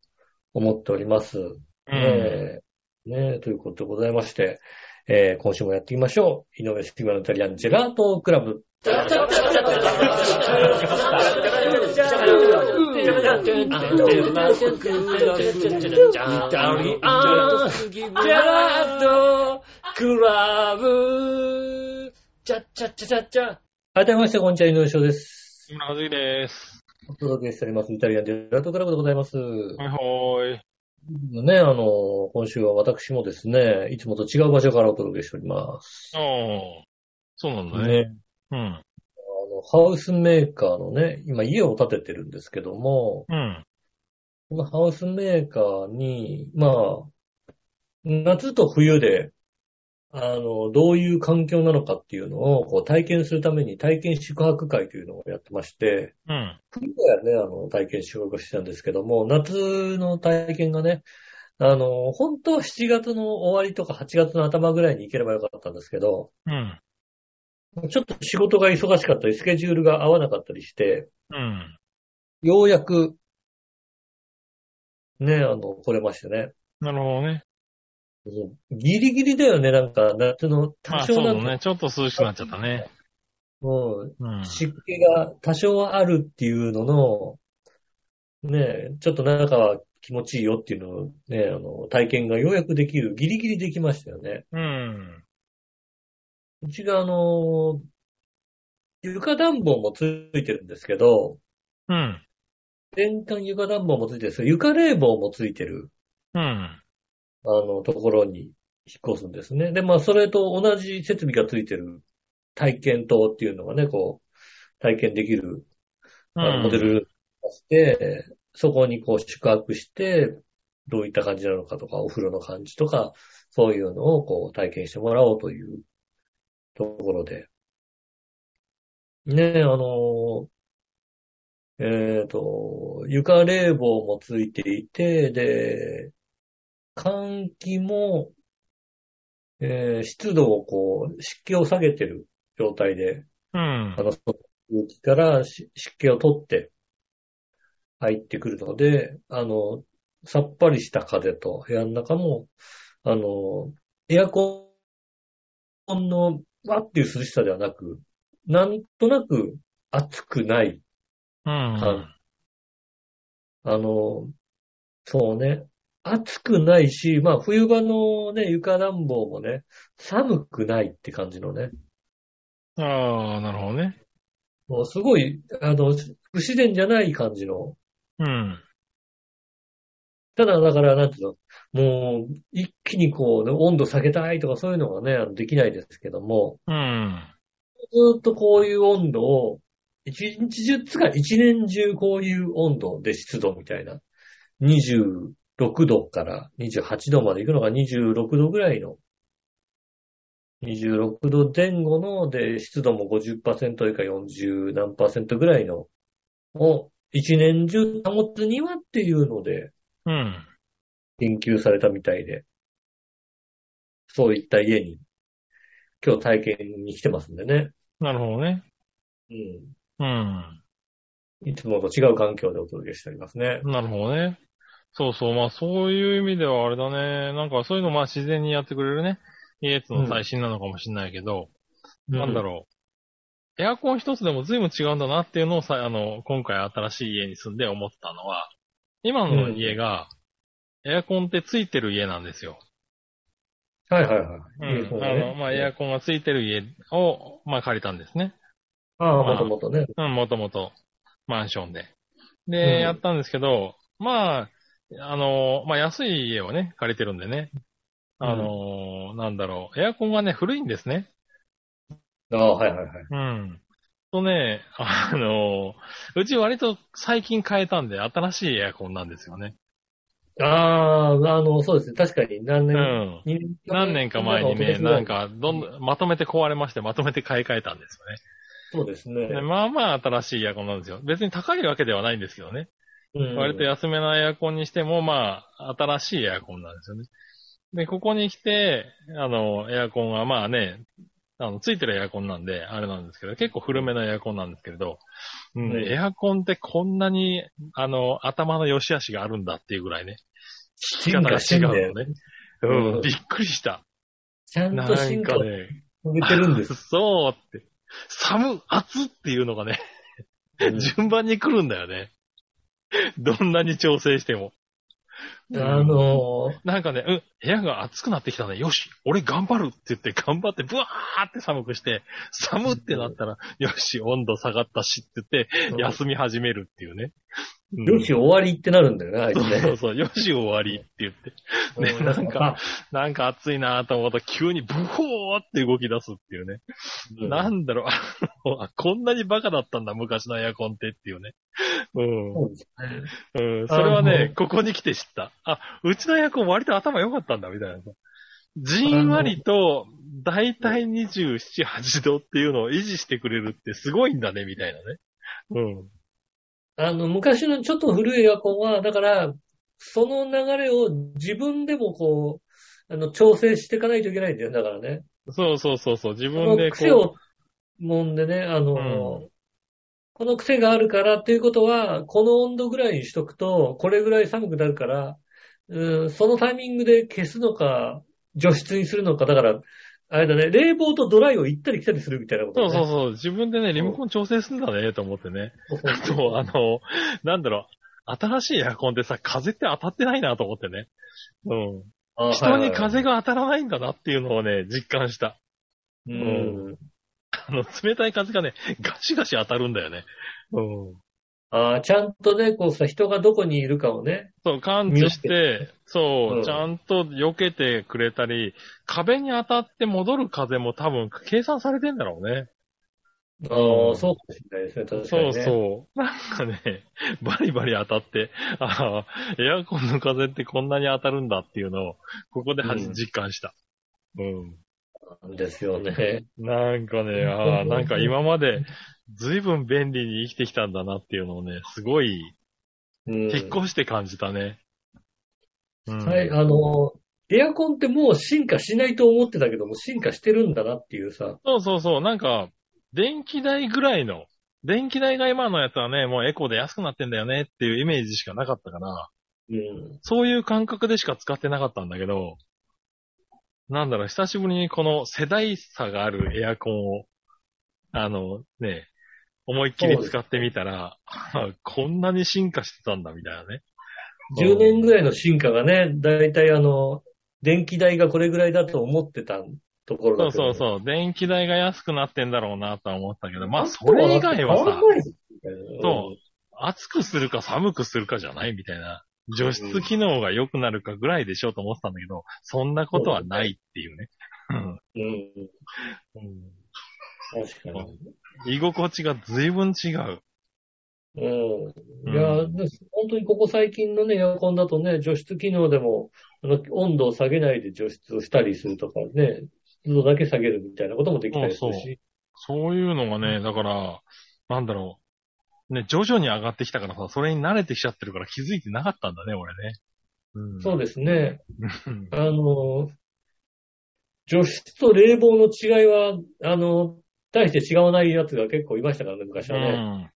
思っております。うねん。え、ねえということでございまして、えー今週もやっていきましょう。井上杉村のイタリアンジェラートクラブ。改めまして、こんにちは、井上翔です。木村和樹です。お届けしております。イタリアンジェラートクラブでございます。はいはい。ね、あの、今週は私もですね、いつもと違う場所からお届けしております。おーそうなんだね。ね、うん。あの、ハウスメーカーのね、今家を建ててるんですけども、うん。このハウスメーカーに、まあ、夏と冬で、あの、どういう環境なのかっていうのをこう体験するために体験宿泊会というのをやってまして、うん。冬はね、あの、体験宿泊してたんですけども、夏の体験がね、あの、本当は7月の終わりとか8月の頭ぐらいに行ければよかったんですけど、うん。ちょっと仕事が忙しかったり、スケジュールが合わなかったりして、うん。ようやく、ね、あの、来れましてね。なるほどね。ギリギリだよね、なんか、夏の、ま多あそう少なだんか、ね。ちょっと涼しくなっちゃったね。うん、うん。湿気が多少あるっていうのの、ね、ちょっと中は気持ちいいよっていうのをね、あの、体験がようやくできる、ギリギリできましたよね。うん。うちがあの、床暖房もついてるんですけど、うん。全館床暖房もついてるんですけど、床冷房もついてる。うん。あの、ところに引っ越すんですね。で、まあ、それと同じ設備がついてる体験棟っていうのがね、こう、体験できる、あのモデルがして、そこにこう宿泊して、どういった感じなのかとか、お風呂の感じとか、そういうのをこう体験してもらおうというところで。ねえ、あの、えっ、と、床冷房もついていて、で、換気も、えー湿度をこう、湿気を下げてる状態で、うあ。んの、空気からし湿気を取って入ってくるので、あの、さっぱりした風と部屋の中も、あの、エアコンのわっていう涼しさではなく、なんとなく暑くないうん。あの、そうね。暑くないし、まあ冬場のね、床暖房もね、寒くないって感じのね。ああ、なるほどね。もうすごい、あの、不自然じゃない感じの。うん。ただだから、なんていうの、もう一気にこう、温度下げたいとかそういうのがね、あのできないですけども、うん。ずっとこういう温度を、一日中つか一年中こういう温度で湿度みたいな。26度から28度まで行くのが26度ぐらいの。26度前後ので湿度も50%以下40何パーセントぐらいのを一年中保つにはっていうのでうん。研究されたみたいで、そういった家に今日体験に来てますんでね。なるほどね。うん。うん。いつもと違う環境でお届けしておりますね。なるほどね。そうそう。まあ、そういう意味ではあれだね。なんか、そういうの、まあ、自然にやってくれるね。やつの最新なのかもしれないけど、なんだろう。エアコン一つでも随分違うんだなっていうのをさ、あの、今回新しい家に住んで思ったのは、今の家が、エアコンってついてる家なんですよ。はいはいはい。ういい方ん。あねの、まあ、エアコンがついてる家を、まあ、借りたんですね。ああ、まもあともとね。うん、もともと、マンションで。うんで、やったんですけど、まあ、あの、まあ、安い家をね、借りてるんでね。あの、なんだろう、エアコンがね、古いんですね。ああ、はいはいはい。うん。とね、あの、うち割と最近変えたんで、新しいエアコンなんですよね。ああ、あの、そうですね。確かに何う年、ん。に何年か前にね、なん。か、どんどん、まとめて壊れまして、まとめて買い替えたんですよね。そうですね。でまあまあ新しいエアコンなんですよ。別に高いわけではないんですけどね。うん割と安めなエアコンにしても、まあ、新しいエアコンなんですよね。で、ここに来て、あの、エアコンはまあね、あの、ついてるエアコンなんで、あれなんですけど、結構古めのエアコンなんですけれど、うん、ねエアコンってこんなに、あの、頭の良し悪しがあるんだっていうぐらいね、効き方が違うのね。うんうん、びっくりした。ちゃんなんと進化かをね、遂げてるんです。 そうって。寒、暑っていうのがね、順番に来るんだよね。どんなに調整しても。あのー、なんかね、うん、部屋が暑くなってきたね。よし、俺頑張るって言って、頑張って、ブワーって寒くして、寒ってなったら、よし、温度下がったしって言って、休み始めるっていうね。うんよし、終わりってなるんだよね、あいつそうそうね。そう、よし終わりって言って、ねうなんか、なんか暑いなと思うと急にブホーって動き出すっていうね。うんなんだろう、 あのあこんなにバカだったんだ、昔のエアコンってっていうね。うそうですねん。うん。それはねあ、ここに来て知った。あ、うちのエアコン割と頭良かったんだ、みたいな。じんわりと、だいたい27、8度っていうのを維持してくれるってすごいんだね、みたいなね。うん。あの、昔のちょっと古いエアコンは、だから、その流れを自分でもこう、あの、調整していかないといけないんだよ、だからね。そうそうそうそう、自こ分のでこ癖う。をもんでね、あの、うこの癖があるからということは、この温度ぐらいにしとくと、これぐらい寒くなるから、うん、そのタイミングで消すのか、除湿にするのか、だから、あれだね、冷房とドライを行ったり来たりするみたいなこと、そね。うそうそう、自分でね、リモコン調整するんだね、と思ってね。そうあと、あの、なんだろう、新しいエアコンってさ、風って当たってないなと思ってね。うん。あ人はいはいに風が当たらないんだなっていうのをね、実感した。うん。あの、冷たい風がね、ガシガシ当たるんだよね。うん。ああ、ちゃんとね、こうさ、人がどこにいるかをね。そう、感知し見て、そう、うんちゃんと避けてくれたり、壁に当たって戻る風も多分計算されてんだろうね。ああ、うんそうかもしれないですね、確かに、そね。うそう。なんかね、バリバリ当たって、ああ、エアコンの風ってこんなに当たるんだっていうのを、ここで初うん実感した。うん。なんですよね。なんかね、ああ、なんか今まで、ずいぶん便利に生きてきたんだなっていうのをね、すごい、うん。引っ越して感じたね。うんはい、あの、エアコンってもう進化しないと思ってたけども、進化してるんだなっていうさ。そうそうそう、なんか、電気代ぐらいの、電気代が今のやつはね、もうエコで安くなってんだよねっていうイメージしかなかったから、うん。そういう感覚でしか使ってなかったんだけど、なんだろう、久しぶりにこの世代差があるエアコンを、あのね、思いっきり使ってみたら、 こんなに進化してたんだみたいなね。 10年ぐらいらいの進化がね、だいたいあの、電気代がこれぐらいだと思ってたところそだけうど、そうそう。電気代が安くなってんだろうなとは思ったけど、まあ、それ以外は変わさん、ないですよねそう暑くするか寒くするかじゃないみたいな。除湿機能が良くなるかぐらいでしょうと思ってたんだけど、そんなことはないっていうね。うん。うん。確かに。うん居心地が随分違う。うん。うんいや、で本当にここ最近のね、エアコンだとね、除湿機能でも、あの温度を下げないで除湿をしたりするとかね、湿度だけ下げるみたいなこともできたりするし。そういうのがね、だから、なんだろう。ね、徐々に上がってきたからさ、それに慣れてきちゃってるから気づいてなかったんだね、俺ね。うん、 そうですね。うん。あの、除湿と冷房の違いは、あの、大して違わないやつが結構いましたからね、昔うはね。ん。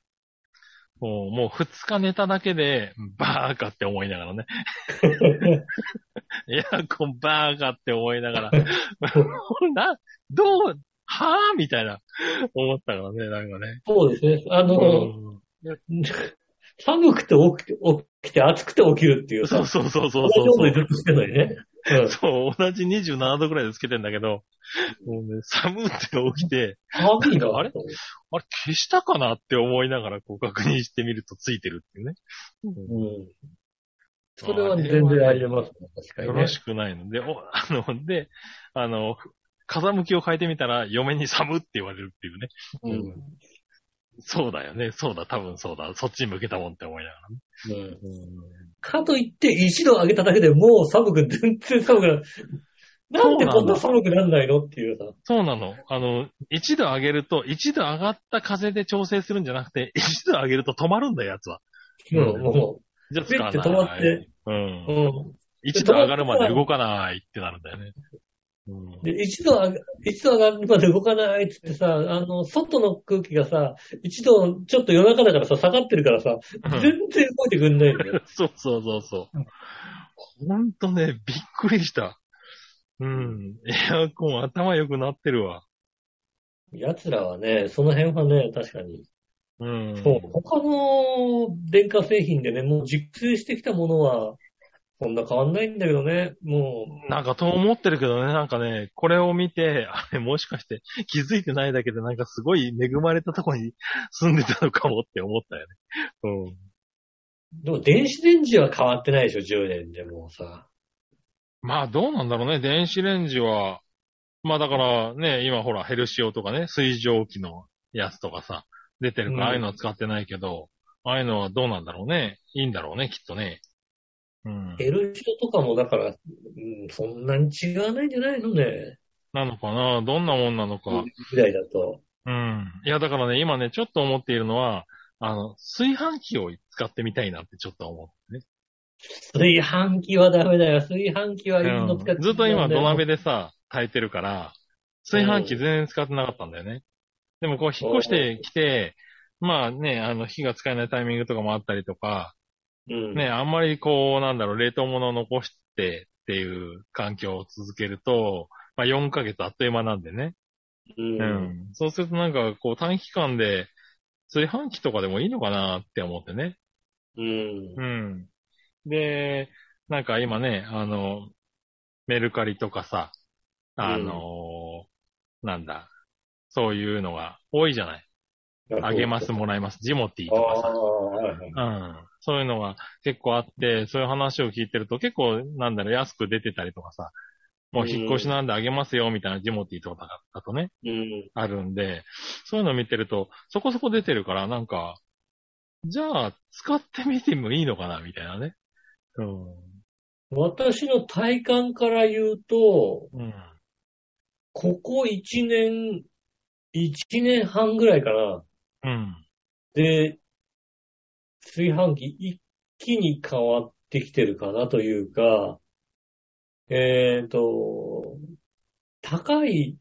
もう、もう二日寝ただけで、バーカって思いながらね。 エアコンバーカって思いながら、 な、どう、はぁみたいな、思ったからね、なんかね。 そうですね。あの、うん寒くて起きて、起きて、暑くて起きるっていうそさう、そうそうそう同じそ温度にずう。っとしてるのにね。 うんそう、同じ27度くらいでつけてんだけど、もうね、寒って起きて、寒いな。あれあれ消したかなって思いながらこう確認してみるとついてるっていうね。うん。それは全然ありえますね。確かによね。ろしくないので、お、あの、で、あの、風向きを変えてみたら、嫁に寒って言われるっていうね。ううんん。そうだよね。そうだ、多分そうだ。そっちに向けたもんって思いながらね。うんかといって、一度上げただけでもう寒く、全然寒くなる。なんでこんな寒くなんないのっていうさ。そうなの。あの、一度上げると、一度上がった風で調整するんじゃなくて、一度上げると止まるんだよ、やつは。うんん、もじゃあ、つかない。ピッて止まって。う。う。うんん。一度上がるまで動かないってなるんだよね。うんで、一度上が、一度上がるまで動かないっつってさ、あの、外の空気がさ、一度、ちょっと夜中だからさ、下がってるからさ、全然動いてくんないんだよ。 そうそうそうそう。ほんとね、びっくりした。うん。エアコン頭良くなってるわ。奴らはね、その辺はね、確かに。うん。そう。他の電化製品でね、もう熟成してきたものは、そんな変わんないんだけどね、もう。なんかと思ってるけどね、なんかね、これを見て、あれもしかして気づいてないだけでなんかすごい恵まれたとこに住んでたのかもって思ったよね。でも電子レンジは変わってないでしょ、10年でもうさ。うん。まあどうなんだろうね、電子レンジは。まあだからね、今ほらヘルシオとかね、水蒸気のやつとかさ、出てるから、うんああいうのは使ってないけど、ああいうのはどうなんだろうね。いいんだろうね、きっとね。うん。 L 字とかもだから、うん、そんなに違わないんじゃないのね。なのかなどんなもんなのか。ぐらいだと。うん。いや、だからね、今ね、ちょっと思っているのは、あの、炊飯器を使ってみたいなってちょっと思う、ね。炊飯器はダメだよ。炊飯器はいいの使って、うんずっと今土で。鍋でさ、炊いてるから、炊飯器全然使ってなかったんだよね。でもこう引っ越してきて、まあね、あの、火が使えないタイミングとかもあったりとか、うん。ね、あんまりこう、なんだろう、冷凍物を残してっていう環境を続けると、まあ4ヶ月あっという間なんでね。うん。うんそうするとなんか、こう短期間で、炊飯器とかでもいいのかなって思ってね。うん。うん。で、なんか今ね、あの、メルカリとかさ、あの、なんだ、そういうのが多いじゃない。あげます、もらいます、ジモティーあとかあ、さ。はいはい。うん。そういうのが結構あって、そういう話を聞いてると結構、なんだろう、安く出てたりとかさ、もう引っ越しなんであげますよ、みたいなジモティーとかだとね。うん。あるんで、そういうのを見てると、そこそこ出てるから、なんか、じゃあ、使ってみてもいいのかな、みたいなね。うん。私の体感から言うと、うん。ここ1年、1年半ぐらいかな。うん。で、炊飯器一気に変わってきてるかなというか、えっ、と、高い、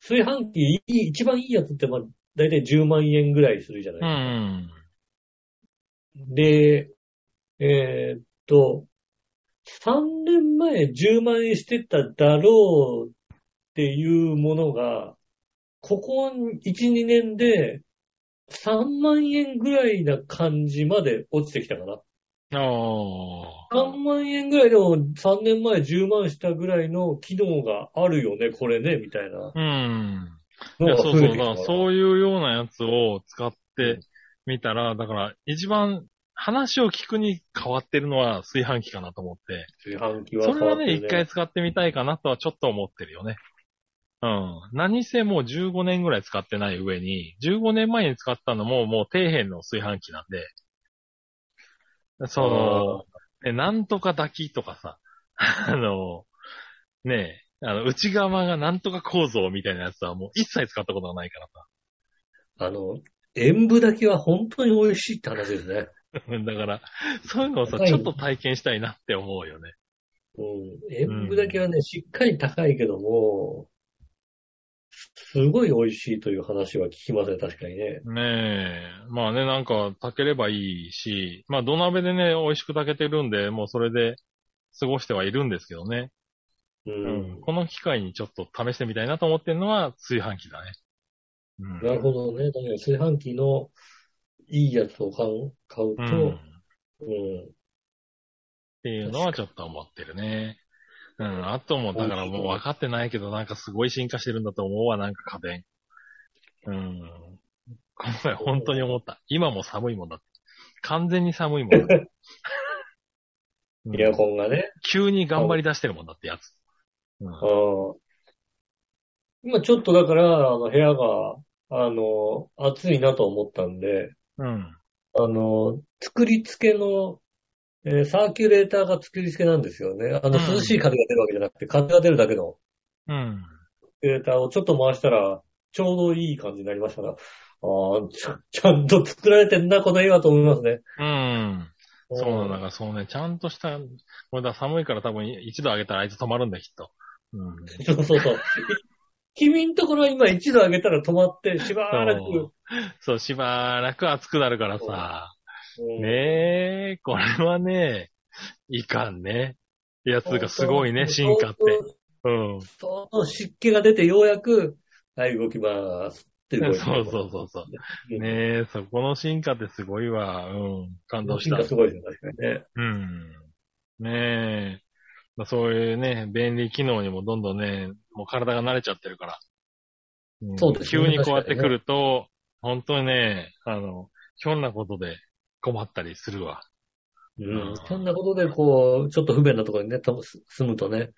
炊飯器いい一番いいやつって、まあ、だいたい10万円ぐらいするじゃうない、ん。で、えっ、と、3年前10万円してただろうっていうものが、ここ1、2年で3万円ぐらいな感じまで落ちてきたかな。ああ。 3万円ぐらいでも3年前10万したぐらいの機能があるよね、これね、みたいなうん。いのやがそう増えそうてきたから。だ。そういうようなやつを使ってみたら、だから、一番話を聞くに変わってるのは炊飯器かなと思って。炊飯器はそれ変わはね、ってる一回使ってみたいかなとはちょっと思ってるよね。うん。何せもう15年ぐらい使ってない上に、15年前に使ったのももう底辺の炊飯器なんで、その、ねなんとか炊きとかさ、 あの、ねえ、あの、内側がなんとか構造みたいなやつはもう一切使ったことがないからさ。 あの、塩分だけは本当に美味しいって話ですね。だから、そういうのをさ、高いちょっと体験したいなって思うよね。うん。塩分だけはね、しっかり高いけども、すごい美味しいという話は聞きますね、確かにね。ねえ。まあね、なんか炊ければいいし、まあ土鍋でね、美味しく炊けてるんで、もうそれで過ごしてはいるんですけどね。う。うんこの機会にちょっと試してみたいなと思ってるのは炊飯器だね。うん。なるほどね。確かに炊飯器のいいやつを買う買うと、うん。っうん。ていうのはちょっと思ってるね。うん、あとも、だからもう分かってないけど、なんかすごい進化してるんだと思うわ、なんか家電。うん。この前本当に思った。今も寒いもんだって。完全に寒いもんだ って。うんエアコンがね。急に頑張り出してるもんだってやつ。うんあー今ちょっとだから、あの、部屋が、あの、暑いなと思ったんで、うん。あの、作り付けの、えーサーキュレーターが作り付けなんですよね。あの、うん涼しい風が出るわけじゃなくて、風が出るだけのうん。サーキュレーターをちょっと回したら、ちょうどいい感じになりましたから、ああ、ちゃちゃんと作られてんな、この絵はと思いますね。うん。そうなんだだから、そうね、ちゃんとした、これだ、寒いから多分一度上げたらあいつ止まるんだよ、きっと。うん。 そうそうそう。君んところは今1度上げたら止まって、しばらく。そうそう、しばらく暑くなるからさ。うんねえ、これはね、いかんね。いや、つうかすごいね、進化って。。うん。相当湿気が出てようやく、はい、動きます。っていうそう動きそうそうそう。ねえ、そこの進化ってすごいわ。うん。感動し進た化。すごいですね、確かにね。うん。ねえ。まあ、そういうね、便利機能にもどんどんね、もう体が慣れちゃってるから。んそうですね急にこうやってくると、本当にね、あの、ひょんなことで困ったりするわ。うん。そんなことで、こう、ちょっと不便なところにね、多分す住むとね、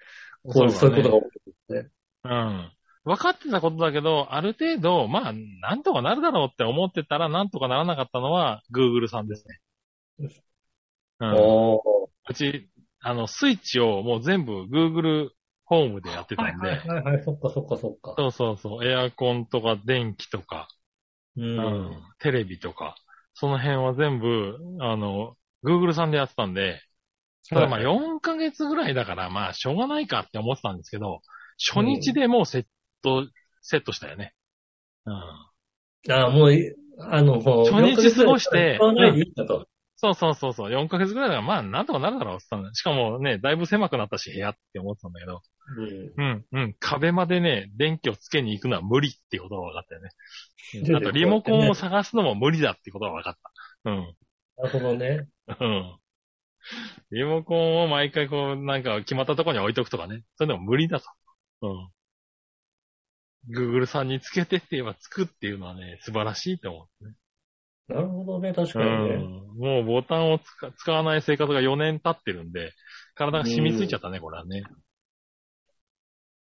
こう、そそううだねいうことがうん。分かってたことだけど、ある程度、まあ、なんとかなるだろうって思ってたら、なんとかならなかったのは、Google さんですね。うん。多うち、あの、スイッチをもう全部 Google ホームでやってい。おー。はたいんで、はいはいはい、そっかそっかそっか。そうそうそう、エアコンとか電気とか、う。うんテレビとか、その辺は全部、あの、Google さんでやってたんで、ただまあはい4ヶ月ぐらいだから、まあしょうがないかって思ってたんですけど、初日でもうセット、セットしたよね。うん。ああ、もうい、あの、もう初日過ごして使わないでいいんだと。そうそうそうそう、4ヶ月ぐらいだから、まあなんとかなるだろうって言ったんだ。しかもね、だいぶ狭くなったし部屋って思ってたんだけど、うん。うん、うん、壁までね、電気をつけに行くのは無理っていうことが分かったよね。うんあとリモコンを探すのも無理だってことが分かった。うん。なるほどね。うんリモコンを毎回こう、なんか決まったところに置いとくとかね。それでも無理だと。うん。Google さんにつけてって言えばつくっていうのはね、素晴らしいと思なるほどね、確う。かにね。うん。もうボタンをつか使わない生活が4年経ってるんで、体が染みついちゃったね、これはね。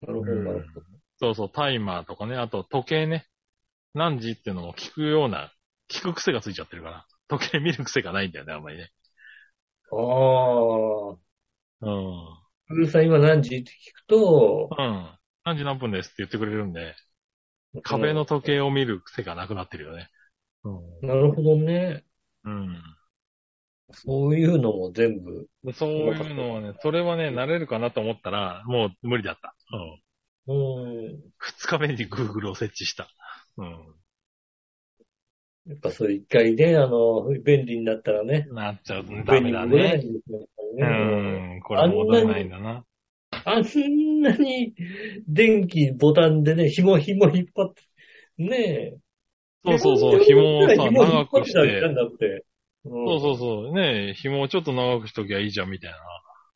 なるほど、なるほど。そうそう、タイマーとかね、あと時計ね。何時っていうのも聞くような、聞く癖がついちゃってるから。時計見る癖がないんだよね、あんまりね。ああ。うん。うるさん今何時って聞くと、うん。何時何分ですって言ってくれるんで、壁の時計を見る癖がなくなってるよね。なるほどね。うん。そういうのも全部。そういうのはね、それはね、慣れるかなと思ったら、もう無理だった。うん。うん。二日目に Google を設置した。うやっぱそう一回ね、あの、便利になったらね。ん。なっちゃう。ダ便利メだにならないね。んですようやっぱりね。ん。これは戻れないんだな。あんなに電気ボタンでね、紐紐引っ張って、ねえ。そうそうそう。紐をさ、紐引長っ張っくしてたらいかてん。だって。そそうそうそう。ねえ紐をちょっと長くしときゃいいじゃん、みたいな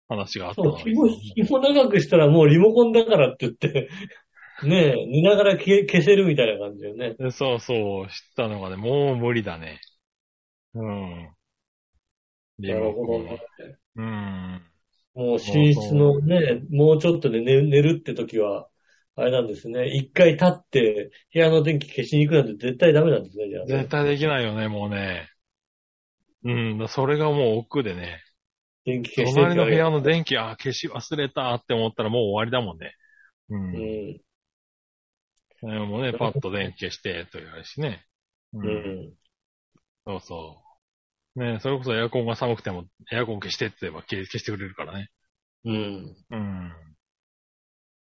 話があっそたうのに紐、紐長くしたらもうリモコンだからって言って、 ねえ、見ながら消消せるみたいな感じよね。でそうそう、知ったのがね、もう無理だね。うん。リなるモほコどンはね。うん。もう寝室のね、もうちょっとで寝寝るって時は、あれなんですね。一回立って、部屋の電気消しに行くなんて絶対ダメなんですね、じゃあね、絶対できないよね、もうね。うん、それがもう億劫でね。電気消して隣の部屋の電気、あ、消し忘れたって思ったらもう終わりだもんね。うん。うん。それもね、パッと電気消して、と言われるしね。ううん。そうそう。ねそれこそエアコンが寒くても、エアコン消してって言えば消消してくれるからね。うん。うん。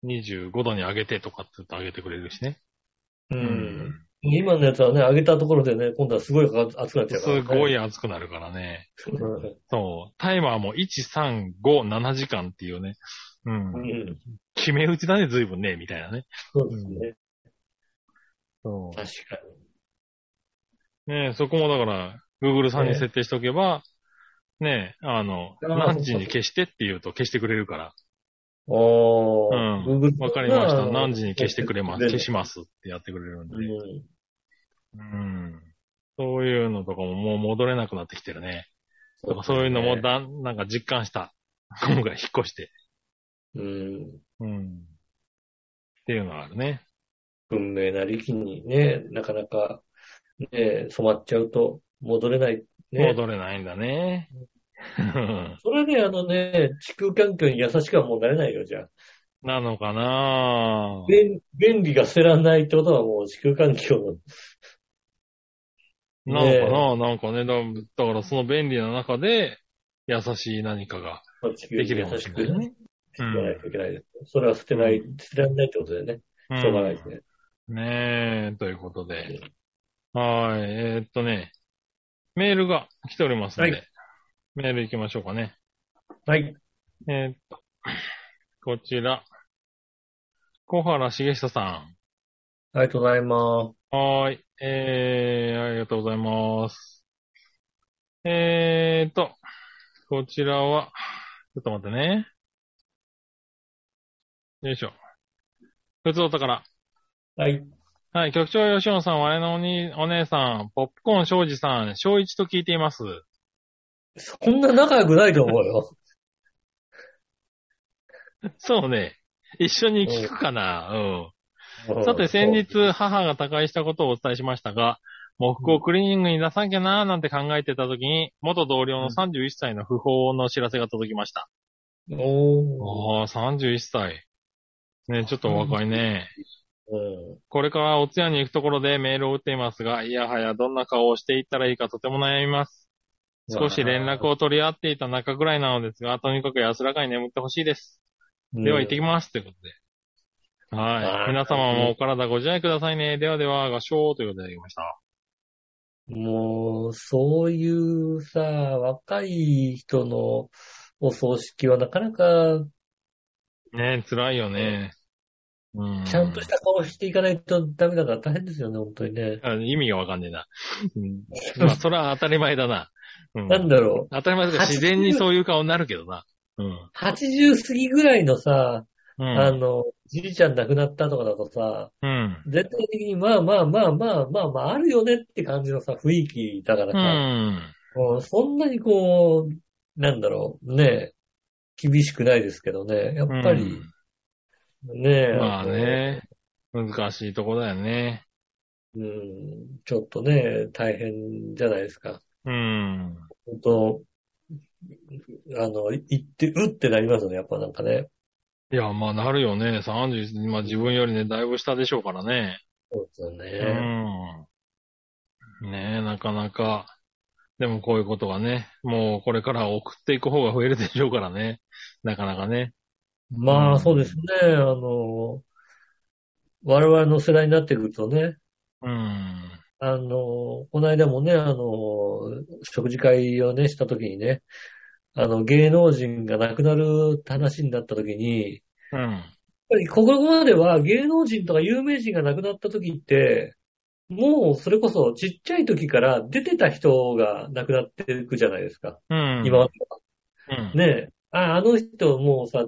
25度に上げてとかって言うと上げてくれるしね。う。。うん今のやつはね、上げたところでね、今度はすごいか熱くなっちゃうから、すごい。い暑くなるからね。うんそう。タイマーも1、3、5、7時間っていうね。う。うんん。決め打ちだね、随分ね、みたいなね。そうですね。そ確かう。ねえそこもだから、Google さんに設定しとけば、ねえ、あの、あー何時に消してって言うと消してくれるから。ああ、う Google わかりました。何時に消してくれます。消ししますってやってくれるんでう。ん。うん。そういうのとかももう戻れなくなってきてるね。そうですねだからそういうのもだん、なんか実感した。今回引っ越して。うん。うん。っていうのはあるね。文明な力にね、なかなか、ね、染まっちゃうと戻れない。ね。戻れないんだね。 それであのね、地球環境に優しくはもうなれないよ、じゃあ。なのかな便便利が捨てらんないってことはもう地球環境のなんかな、なんかねだ、だからその便利な中で、優しい何かがまあ地球でにきる優かもししれくないねね。うやらないんといけないです。それは捨てない、捨てられないってことでね。うしょうがないですん。ね。ねえ、ということで。はーい。えーっとね、メールが来ておりますので、はいメール行きましょうかね。はい。えーっと、こちら。小原茂久さありがとうございます。ん。はーい。えー、ありがとうございます。えーっと、こちらは、ちょっと待ってね。よいしょ。普通お宝。はい。はい、局長吉野さん、我のおにお姉さん、ポップコーン庄司さん、小一と聞いています。 そんな仲良くないと思うよ。そうね。一緒に聞くかな。うん。 さて、先日、母が他界したことをお伝えしましたが、喪服をクリーニングに出さなきゃなーなんて考えてた時に、元同僚の31歳の訃報の知らせが届きました。おー。ああ、31歳。ね、ちょっとお若いね。うん。これからお通夜に行くところでメールを打っていますが、いやはやどんな顔をしていったらいいかとても悩みます。少し連絡を取り合っていた中ぐらいなのですが、とにかく安らかに眠ってほしいです。うん。では行ってきます。ということで。ははいい。皆様もお体ご自愛くださいね。ではでは、合唱ということでいただきました。もう、そういうさ、若い人のお葬式はなかなか、ねえ、辛いよね。うん。ちゃんとした顔していかないとダメだから大変ですよね、本当にね。あ意味がわかんねえな。 うんまあ、それは当たり前だな。うんなんだろ当たり前だけど、自然にそういう顔になるけどな。うん。う、80過ぎぐらいのさ、うあん。の、じいちゃん亡くなったとかだとさ、うん。全体的にまあまあまあまあまあまあ、あるよねって感じのさ、雰囲気だからうさ、ん。うんそんなにこう、なんだろう、ねえ、厳しくないですけどね、やっぱり、ねえ、うんまあね、難しいとこだよね。うんちょっとね、大変じゃないですか。うん。本当あの、い行って、うってなりますね、やっぱなんかね。いや、まあなるよね。30、まあ自分よりね、だいぶ下でしょうからね。そうですようね。ん。ねえ、なかなか。でもこういうことはね、もうこれから送っていく方が増えるでしょうからね。なかなかね。まあ、そうですね、あの、我々の世代になってくるとね、うん。あの、この間もね、あの、食事会をね、した時にね、あの、芸能人が亡くなるって話になった時に、うん。やっぱりここまでは芸能人とか有名人が亡くなった時って、もうそれこそちっちゃい時から出てた人が亡くなっていくじゃないですか。うん。今までは。うん。ねえ。あ、あの人もうさ、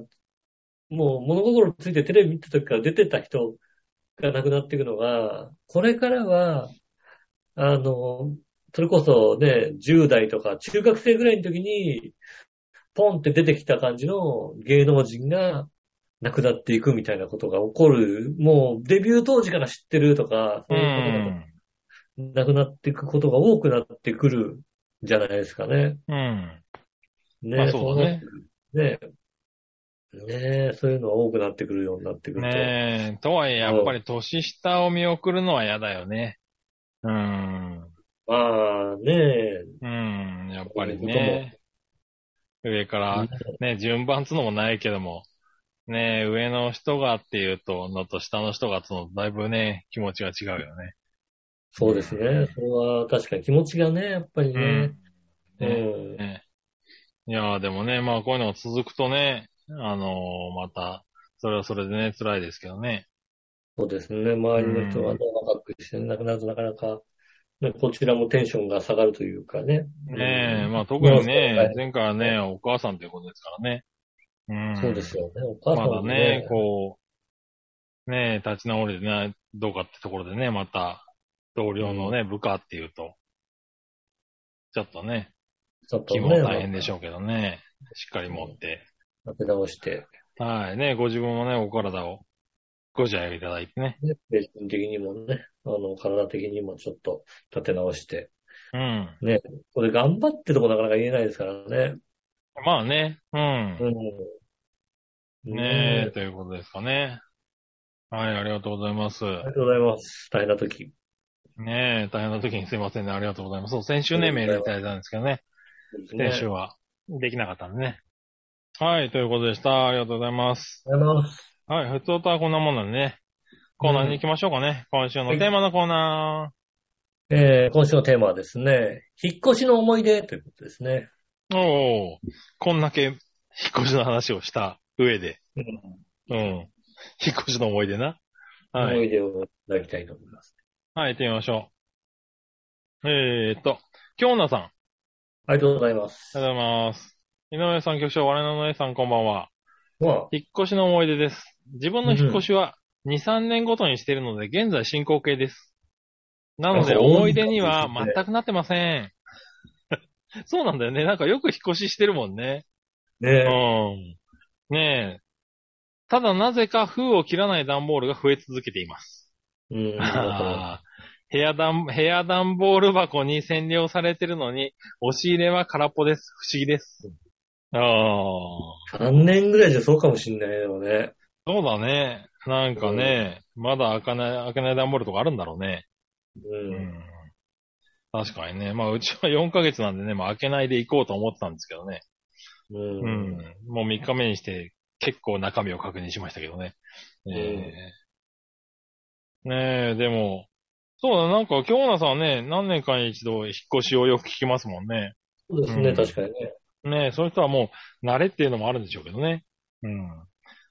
もう物心ついてテレビ見た時から出てた人が亡くなっていくのが、これからは、あの、それこそね、10代とか中学生ぐらいの時に、ポンって出てきた感じの芸能人が亡くなっていくみたいなことが起こる。もうデビュー当時から知ってるとか、そうういうこん。とが亡くなっていくことが多くなってくるんじゃないですかね。うん。ねまあそうだね。ねえ。ねえ、そういうのが多くなってくるようになってくると。ねえ、とはいえ、やっぱり年下を見送るのは嫌だよね。うん。まあねえ、うん、やっぱりね。上から、ね、順番つのもないけども、ね、上の人がっていうと、のと下の人がつの、だいぶね、気持ちが違うよね。そうですね。それは確かに気持ちがね、やっぱりね。ううんん。ねいやーでもね、まあこういうのが続くとね、あのーまた、それはそれでね、辛いですけどね。そうですね。周りの人がね、若くして亡くなるとなかなか、ね、こちらもテンションが下がるというかね。ねえ、うんまあ特にそうですね、前回はね、お母さんということですからね。うん。そうですよね。おま母さんだもね、こう、ねえ、立ち直れてない、どうかってところでね、また、同僚のね、部下っていうと、ちょっとね、ちょっと気ね、も大変でしょうけどね、しっかり持って、立て直して、はい、ね、ご自分もね、お体をご自愛いただいてね。ね、精神的にもね、あの、体的にもちょっと立て直して、うん。これ頑張ってともなかなか言えないですからね。まあね、うん。うん。ねえ、え。ということですかね。はい、ありがとうございます。ありがとうございます。大変な時。ねえ、大変な時にすいませんね。ありがとうございます。そう、先週ね、メールいただいたんですけどね。先週ねはできなかったんでね。はい、ということでした。ありがとうございます。ありがとうございます。はい、普通とはこんなもんなんでね。コーナーに行きましょうかね。今週のテーマのコーナえー今週のテーマはですね、引っ越しの思い出ということですね。ー。おー、こんだけ引っ 越しの話をした上で。うんうん。引っ越しの思い出な。はい思。い出をいただきたいと思います。はい、行ってみましょう。えーっと、京奈さん。あありがとうございます。りがとうございます。井上さん、局長、我々の上さん、こんばんは。まあ、引っ越しの思い出です。自分の引っ越しは2、3年ごとにしているので、現在進行形です。なので、あそう思い出には全くなってません。 そうなんだよね。なんかよく引っ越ししてるもんね。うねん。ねえ。ただなぜか封を切らない段ボールが増え続けています。え。うん。ああ部屋段、部屋段ボール箱に占領されてるのに、押し入れは空っぽです。不思議です。ああ、 3年ぐらいじゃそうかもしんないけどね。そうだね。なんかね、まだ開かない、開けない段ボールとかあるんだろうね。う。うんん。確かにね。まあ、うちは4ヶ月なんでね、まあ、開けないで行こうと思ってたんですけどね。う。うんん。もう3日目にして、結構中身を確認しましたけどね。ええねえ、でも、そうだ、なんか、京奈さんはね、何年かに一度引っ越しをよく聞きますもんね。そうですうね、ん確かにね。ねえ、そういう人はもう、慣れっていうのもあるんでしょうけどね。うん。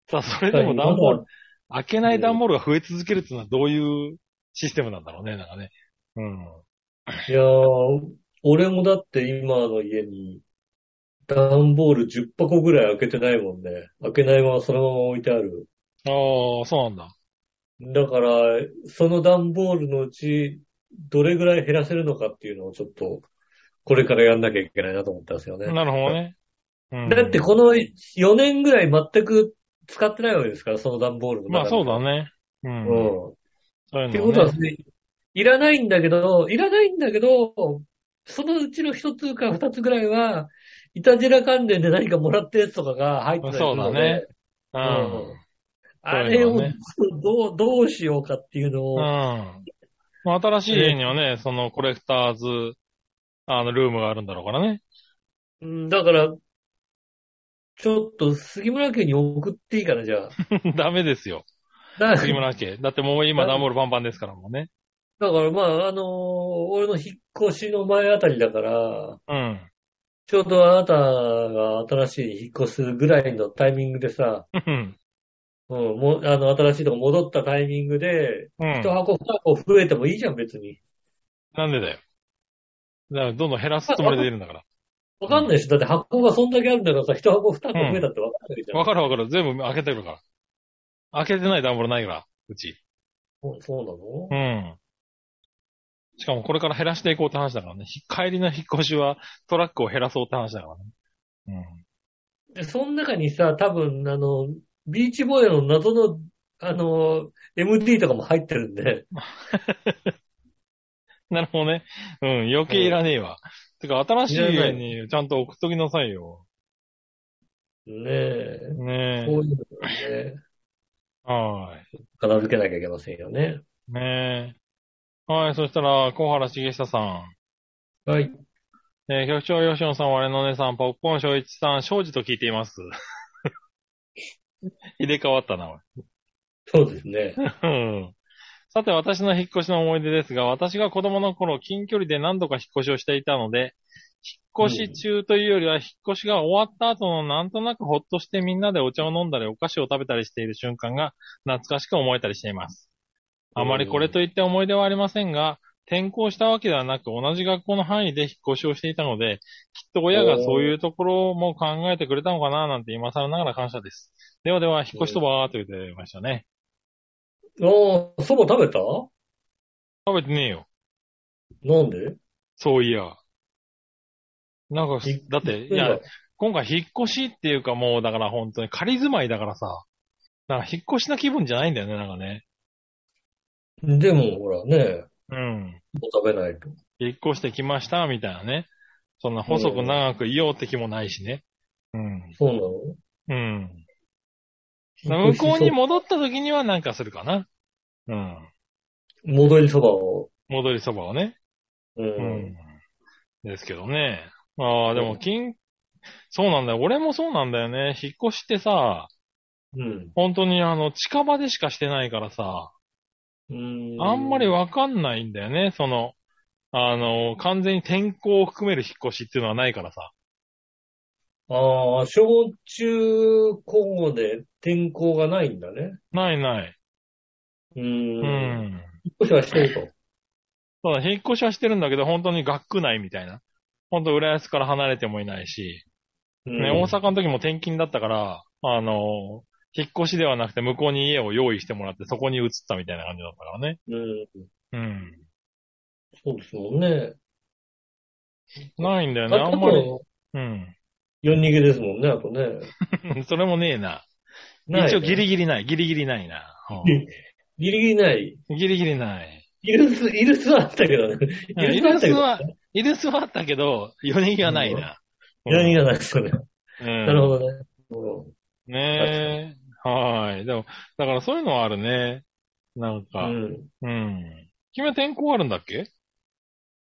さあ、それでも段ボール、開けない段ボールが増え続けるっていうのはどういうシステムなんだろうね、なんかね。うん。いやー、俺もだって今の家に、段ボール10箱ぐらい開けてないもんね。開けないままそのまま置いてある。ああ、そうなんだ。だから、その段ボールのうち、どれぐらい減らせるのかっていうのをちょっと、これからやんなきゃいけないなと思ったんですよね。なるほどね。うんだってこの4年ぐらい全く使ってないわけですから、その段ボールの中まあそうだね。ね。うん。うん。そういうの、ね。ってことは、ね、いらないんだけど、いらないんだけど、そのうちの一つか二つぐらいは、いたじら関連で何かもらったやつとかが入ってたりするのそうだねで、う。うんあれをそういうのはねどう、どうしようかっていうのうを、ん。まあ、新しい家にはね、そのコレクターズ、あの、ルームがあるんだろうからね。 うんだから、ちょっと杉村家に送っていいか な、じゃあ。ダメですよ。だ杉村家。だってもう今だダンボールパンパンですからもうね。だからまあ、あのー俺の引っ越しの前あたりだから、うん。ちょうどあなたが新しい引っ越すぐらいのタイミングでさ、うん。うん、もう、あの、新しいとこ戻ったタイミングで、うん一。箱二箱増えてもいいじゃん、別に。なんでだよ。だからどんどん減らすつもりでいるんだから。わかんないし、だって箱がそんだけあるんだからさ、一箱二箱増えたってわかんないじゃん。わかるわかる。全部開けてるから。開けてないダンボールないから、うち。そうそうなのうん。しかもこれから減らしていこうって話だからね。ひ帰りの引っ越しはトラックを減らそうって話だからね。で、その中にさ、多分、あの、ビーチボーイの謎の、あの、MD とかも入ってるんで、うん。なるほどね。うん。余計いらねえわ。てか、新しい家にちゃんと送っときなさいよ。ねえ、ねこういうのね、え。は片付けなきゃいけませんよね。い。ねえ。はい。そしたら、小原茂久さん。はい。えー局長吉野さん、我の姉さん、ポップコーン正一さん、正治と聞いて います。入れ替わったな、おいそうですね。うんさて、私の引っ越しの思い出ですが、私が子供の頃、近距離で何度か引っ越しをしていたので、引っ越し中というよりは、引っ越しが終わった後のなんとなくほっとしてみんなでお茶を飲んだり、お菓子を食べたりしている瞬間が懐かしく思えたりしています。あまりこれといって思い出はありませんが、転校したわけではなく、同じ学校の範囲で引っ越しをしていたので、きっと親がそういうところも考えてくれたのかな、なんて今更ながら感謝です。ではでは、引っ越しそばーと言ってましたね。ああ、そば食べた食べてねえよ。なんでそういや。なんかい、だって、いや、今回引っ越しっていうかもう、だから本当に仮住まいだからさ、なんか引っ越しな気分じゃないんだよね、なんかね。でも、ほらね、うん。もう食べないと。引っ越してきました、みたいなね。そんな細く長くいようって気もないしね。うん。そううん。なの向こうに戻った時にはなんかするかな。うん。戻りそばを。戻りそばをね。う。うんん。ですけどね。ああ、でも、金、そうなんだよ。俺もそうなんだよね。引っ越しってさ、うん。本当にあの、近場でしかしてないからさ、うん。あんまりわかんないんだよね、その、あの、完全に天候を含める引っ越しっていうのはないからさ。ああ、小中高後で転校がないんだね。ないない。う。うん引っん。越しはしてると。そうだ、引っ越しはしてるんだけど、本当に学区内みたいな。本当、浦安から離れてもいないし、ね、うん大阪の時も転勤だったから、あの、引っ越しではなくて向こうに家を用意してもらって、そこに移ったみたいな感じだったからね。うん。うん。そうですもんね。ないんだよね、ああんまり。う夜逃げですもんね、あとね。ん。それもねえな。ないね一応ギリギリない、ギリギリないな。ギリギリない。うんギリギリない。イルス、イルスはあったけどね。イうんイルスはあルったけど。スは、イルスはあったけど、夜逃げはないな。夜逃げはがないですよね。なるなど。ほどね。うんねえ。はーい。でも、だからそういうのはあるね。なんうか、うん。ん。君は天候あるんだっけ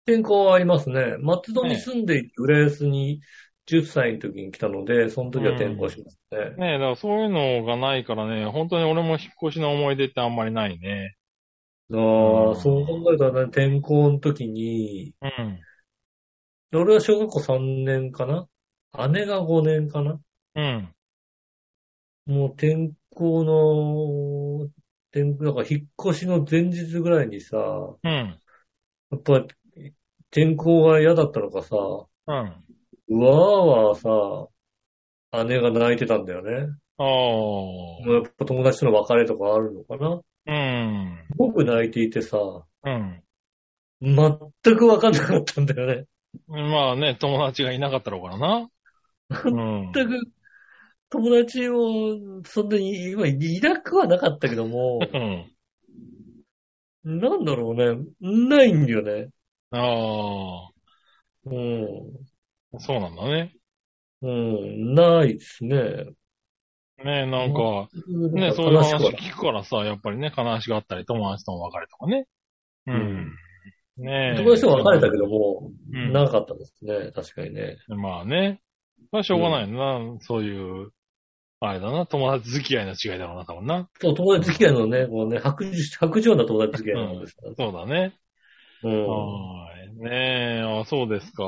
転校はありますね。松戸に住んでいて、浦安に10歳の時に来たので、その時は転校しますね。ねえ、だからそういうのがないからね、本当に俺も引っ越しの思い出ってあんまりないね。あうあ、んそう考えたらね、転校の時に、うん。俺は小学校3年かな姉が5年かなうん。もう転校の、転校、だから引っ越しの前日ぐらいにさ、うん。やっぱ転校が嫌だったのかさ、うん。うわーはさ、姉が泣いてたんだよね。あもうやっぱ友達との別れとかあるのかなあ。うん。僕泣いていてさ、うん。全くわかんなかったんだよね。まあね、友達がいなかったろうから な。うん。全く、友達も、そんなに、今、いなくはなかったけど も、うん。なんだろうね、ないんだよね。あうん。あ。そうなんだね。うん、ないですね。ねえ、なんか、ね、そういう悲しく話は聞くからさ、やっっぱりね、悲しがあったり、友達との別れとかね。うんん。ねえ。友達とは別れたけども、うんなかったですね、確かにね。まあね。それはしょうがないな、そういう、あれだな、友達付き合いの違いだろうな、多分な。そう、友達付き合いのね、もうね、白状、白状な友達付き合いなんですから。そうだね。うん。はーい。ねえ、あ、そうですか。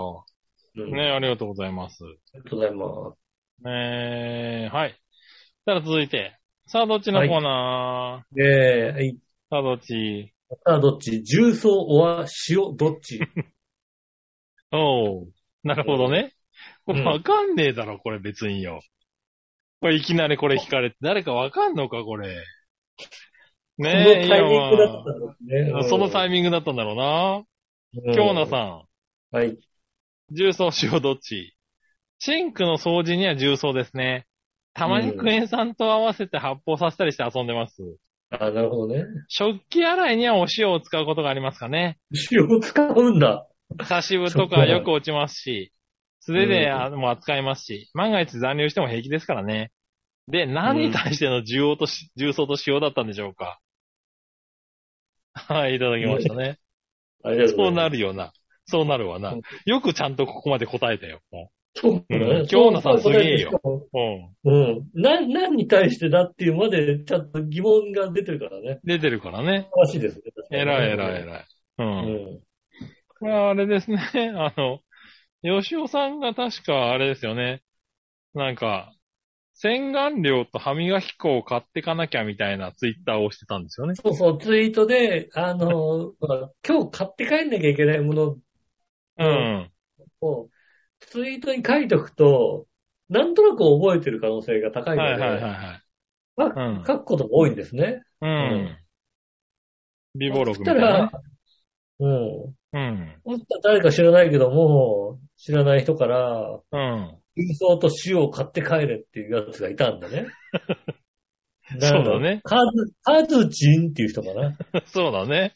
うんねえ、ありがとうございます。ありがとうございます。ねえ、はい。たら続いて。さあ、どっちのコーナー、で、はい。さあ、どっちさあ、どっち重曹おわ塩どっちおう。なるほどね。うこんれわかんねえだろ、これ別によ。これいきなりこれ聞かれて、誰かわかんのか、これ。ねこえ、のタイミングだっ今たんですね。はそのタイイミングだったんだろうな。ミ京奈さん。はい。ん、重曹塩どっちシンクの掃除には重曹ですね。たまにクエン酸と合わせて発泡させたりして遊んでます。あ、なるほどね。食器洗いにはお塩を使うことがありますかね。塩を使うんだ。差し部とかよく落ちます し、素手であもう扱いますし、万が一残留しても平気ですからね。で、何に対しての重要とし、重曹と使用だったんでしょうか。 はい、いただきましたね。ありがとうござそういまなす。るよな。そうなるわなうん。よくちゃんとここまで答えたよ。もそうだね。うん京奈さんすげえよよ。ううん。うん。な、何に対してだっていうまで、ちゃんと疑問が出てるからね。出てるからね。正しいですね。えらいえらいえい。らい。うう。んん。これはあれですね。 あの、吉尾さんが確かあれですよね。なんか、洗顔料と歯磨き粉を買ってかなきゃみたいなツイッターをしてたんですよね。そうそう、ツイートで、あの、ほら今日買って帰んなきゃいけないものうん。を、ツイートに書いとくと、なんとなく覚えてる可能性が高いのはいで、はいはいはい。うん書くことが多いんですね。うん。美貌録そしみたたいなら、うん。ね。そしたら誰か知らないけども、知らない人から、うん。うん。 郵送と塩を買って帰れっていうやつがいたんだね。 そうだねカズ、カズチンっていう人かな。そうだね。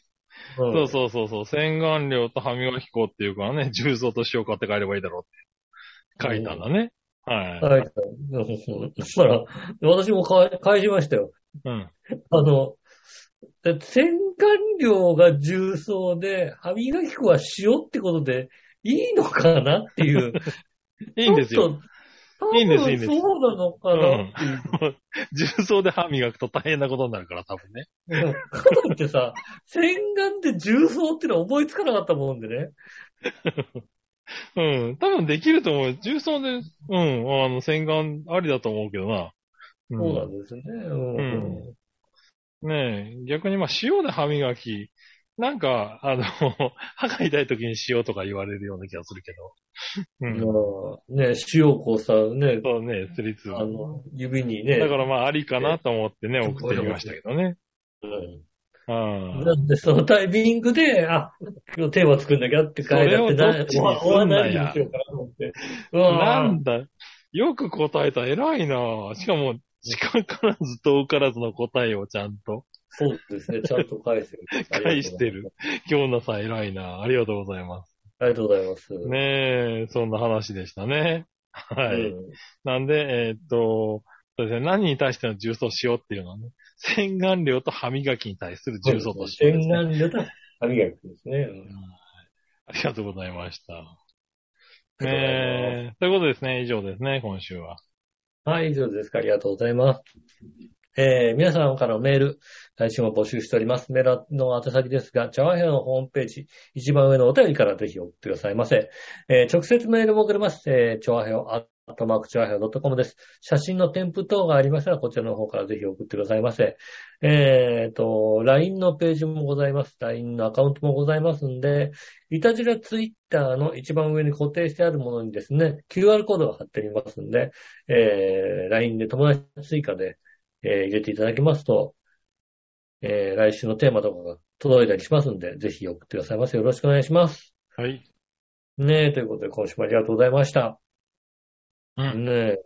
うそうそうそうそう。洗顔料と歯磨き粉っていうからね、重曹と塩買って帰ればいいだろうって書いたんだね。はい。はい。そしたら、私もか返しましたよ。うん。あの、だって洗顔料が重曹で、歯磨き粉は塩ってことでいいのかなっていう。 いいんですよ。ちょっと。いいんですいいんです多分そうなのかなっていう。重曹で歯磨くと大変なことになるから、多分ね。かといってさ、洗顔で重曹ってのは思いつかなかったもんでね。うん。多分できると思う。重曹で、うん、あの、洗顔ありだと思うけどな。うんそうなんですよね。うんうんねえ、逆にまあ塩で歯磨き、なんか、あの、 歯が痛い時に塩とか言われるような気がするけど。うん。そまあね、塩をこうさ、ね、うね、すりつぶあの、指にね。だからまあありかなと思ってね、送ってみましたけどね。ううんん。なんで、そのタイミングで、あ、今日テーマ作んなきゃって書いてあって、それをどっちになすんなおやお何にしようかなと思って。うなわぁんだ、よく答えた、偉いなしかも、時間からず遠からずの答えをちゃんとそうですね、ちゃんと返してる。返してる。今日のさん偉いなありがとうございます。ありがとうございます。ねえ、そんな話でしたね。はい。うんなんで、えーっと、そうですね、何に対しての重曹しようっていうのはね、洗顔料と歯磨きに対する重曹としようです洗顔ね、料と歯磨きですね。うんありがとうございました。ありがとうございますねえ、ということですね、以上ですね、今週は。はい、以上ですか。ありがとうございます。えー、皆さんからのメール、来週も募集しております。メールの宛先ですが、チャワヘアのホームページ、一番上のお便りからぜひ送ってくださいませ。えー、直接メールも送れます。えー、チャワヘア、アットマークチャワヘア .com です。写真の添付等がありましたら、こちらの方からぜひ送ってくださいませ。えー、と、LINE のページもございます。LINE のアカウントもございますんで、いたじらツイッターの一番上に固定してあるものにですね、QR コードが貼ってありますんで、えー、LINE で友達追加で、えー入れていただきますと、えー、来週のテーマとかが届いたりしますんで、ぜひ送ってくださいませ。よろしくお願いします。はい。ねえ、ということで今週もありがとうございました。うん。ね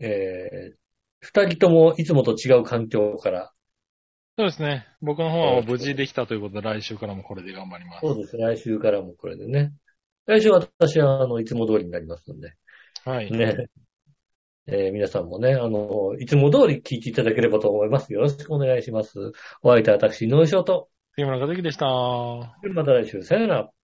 え、えー、二人ともいつもと違う環境から、そうですね。僕の方はもう無事できたということで、来週からもこれで頑張ります。そうですね、来週からもこれでね。来週は私は、あの、いつも通りになりますので、はい。ね。えー皆さんもね、あの、いつも通り聞いていただければと思います。よろしくお願いします。お相手は私、井上翔と、杉村和樹でした。また来週、さよなら。